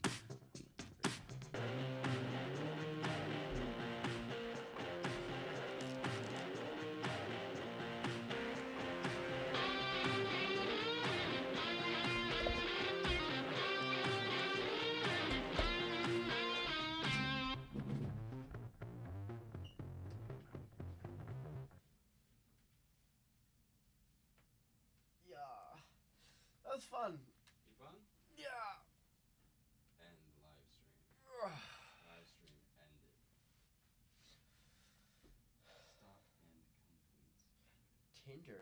Speaker 3: Yeah. That was fun. Yeah. Tinder.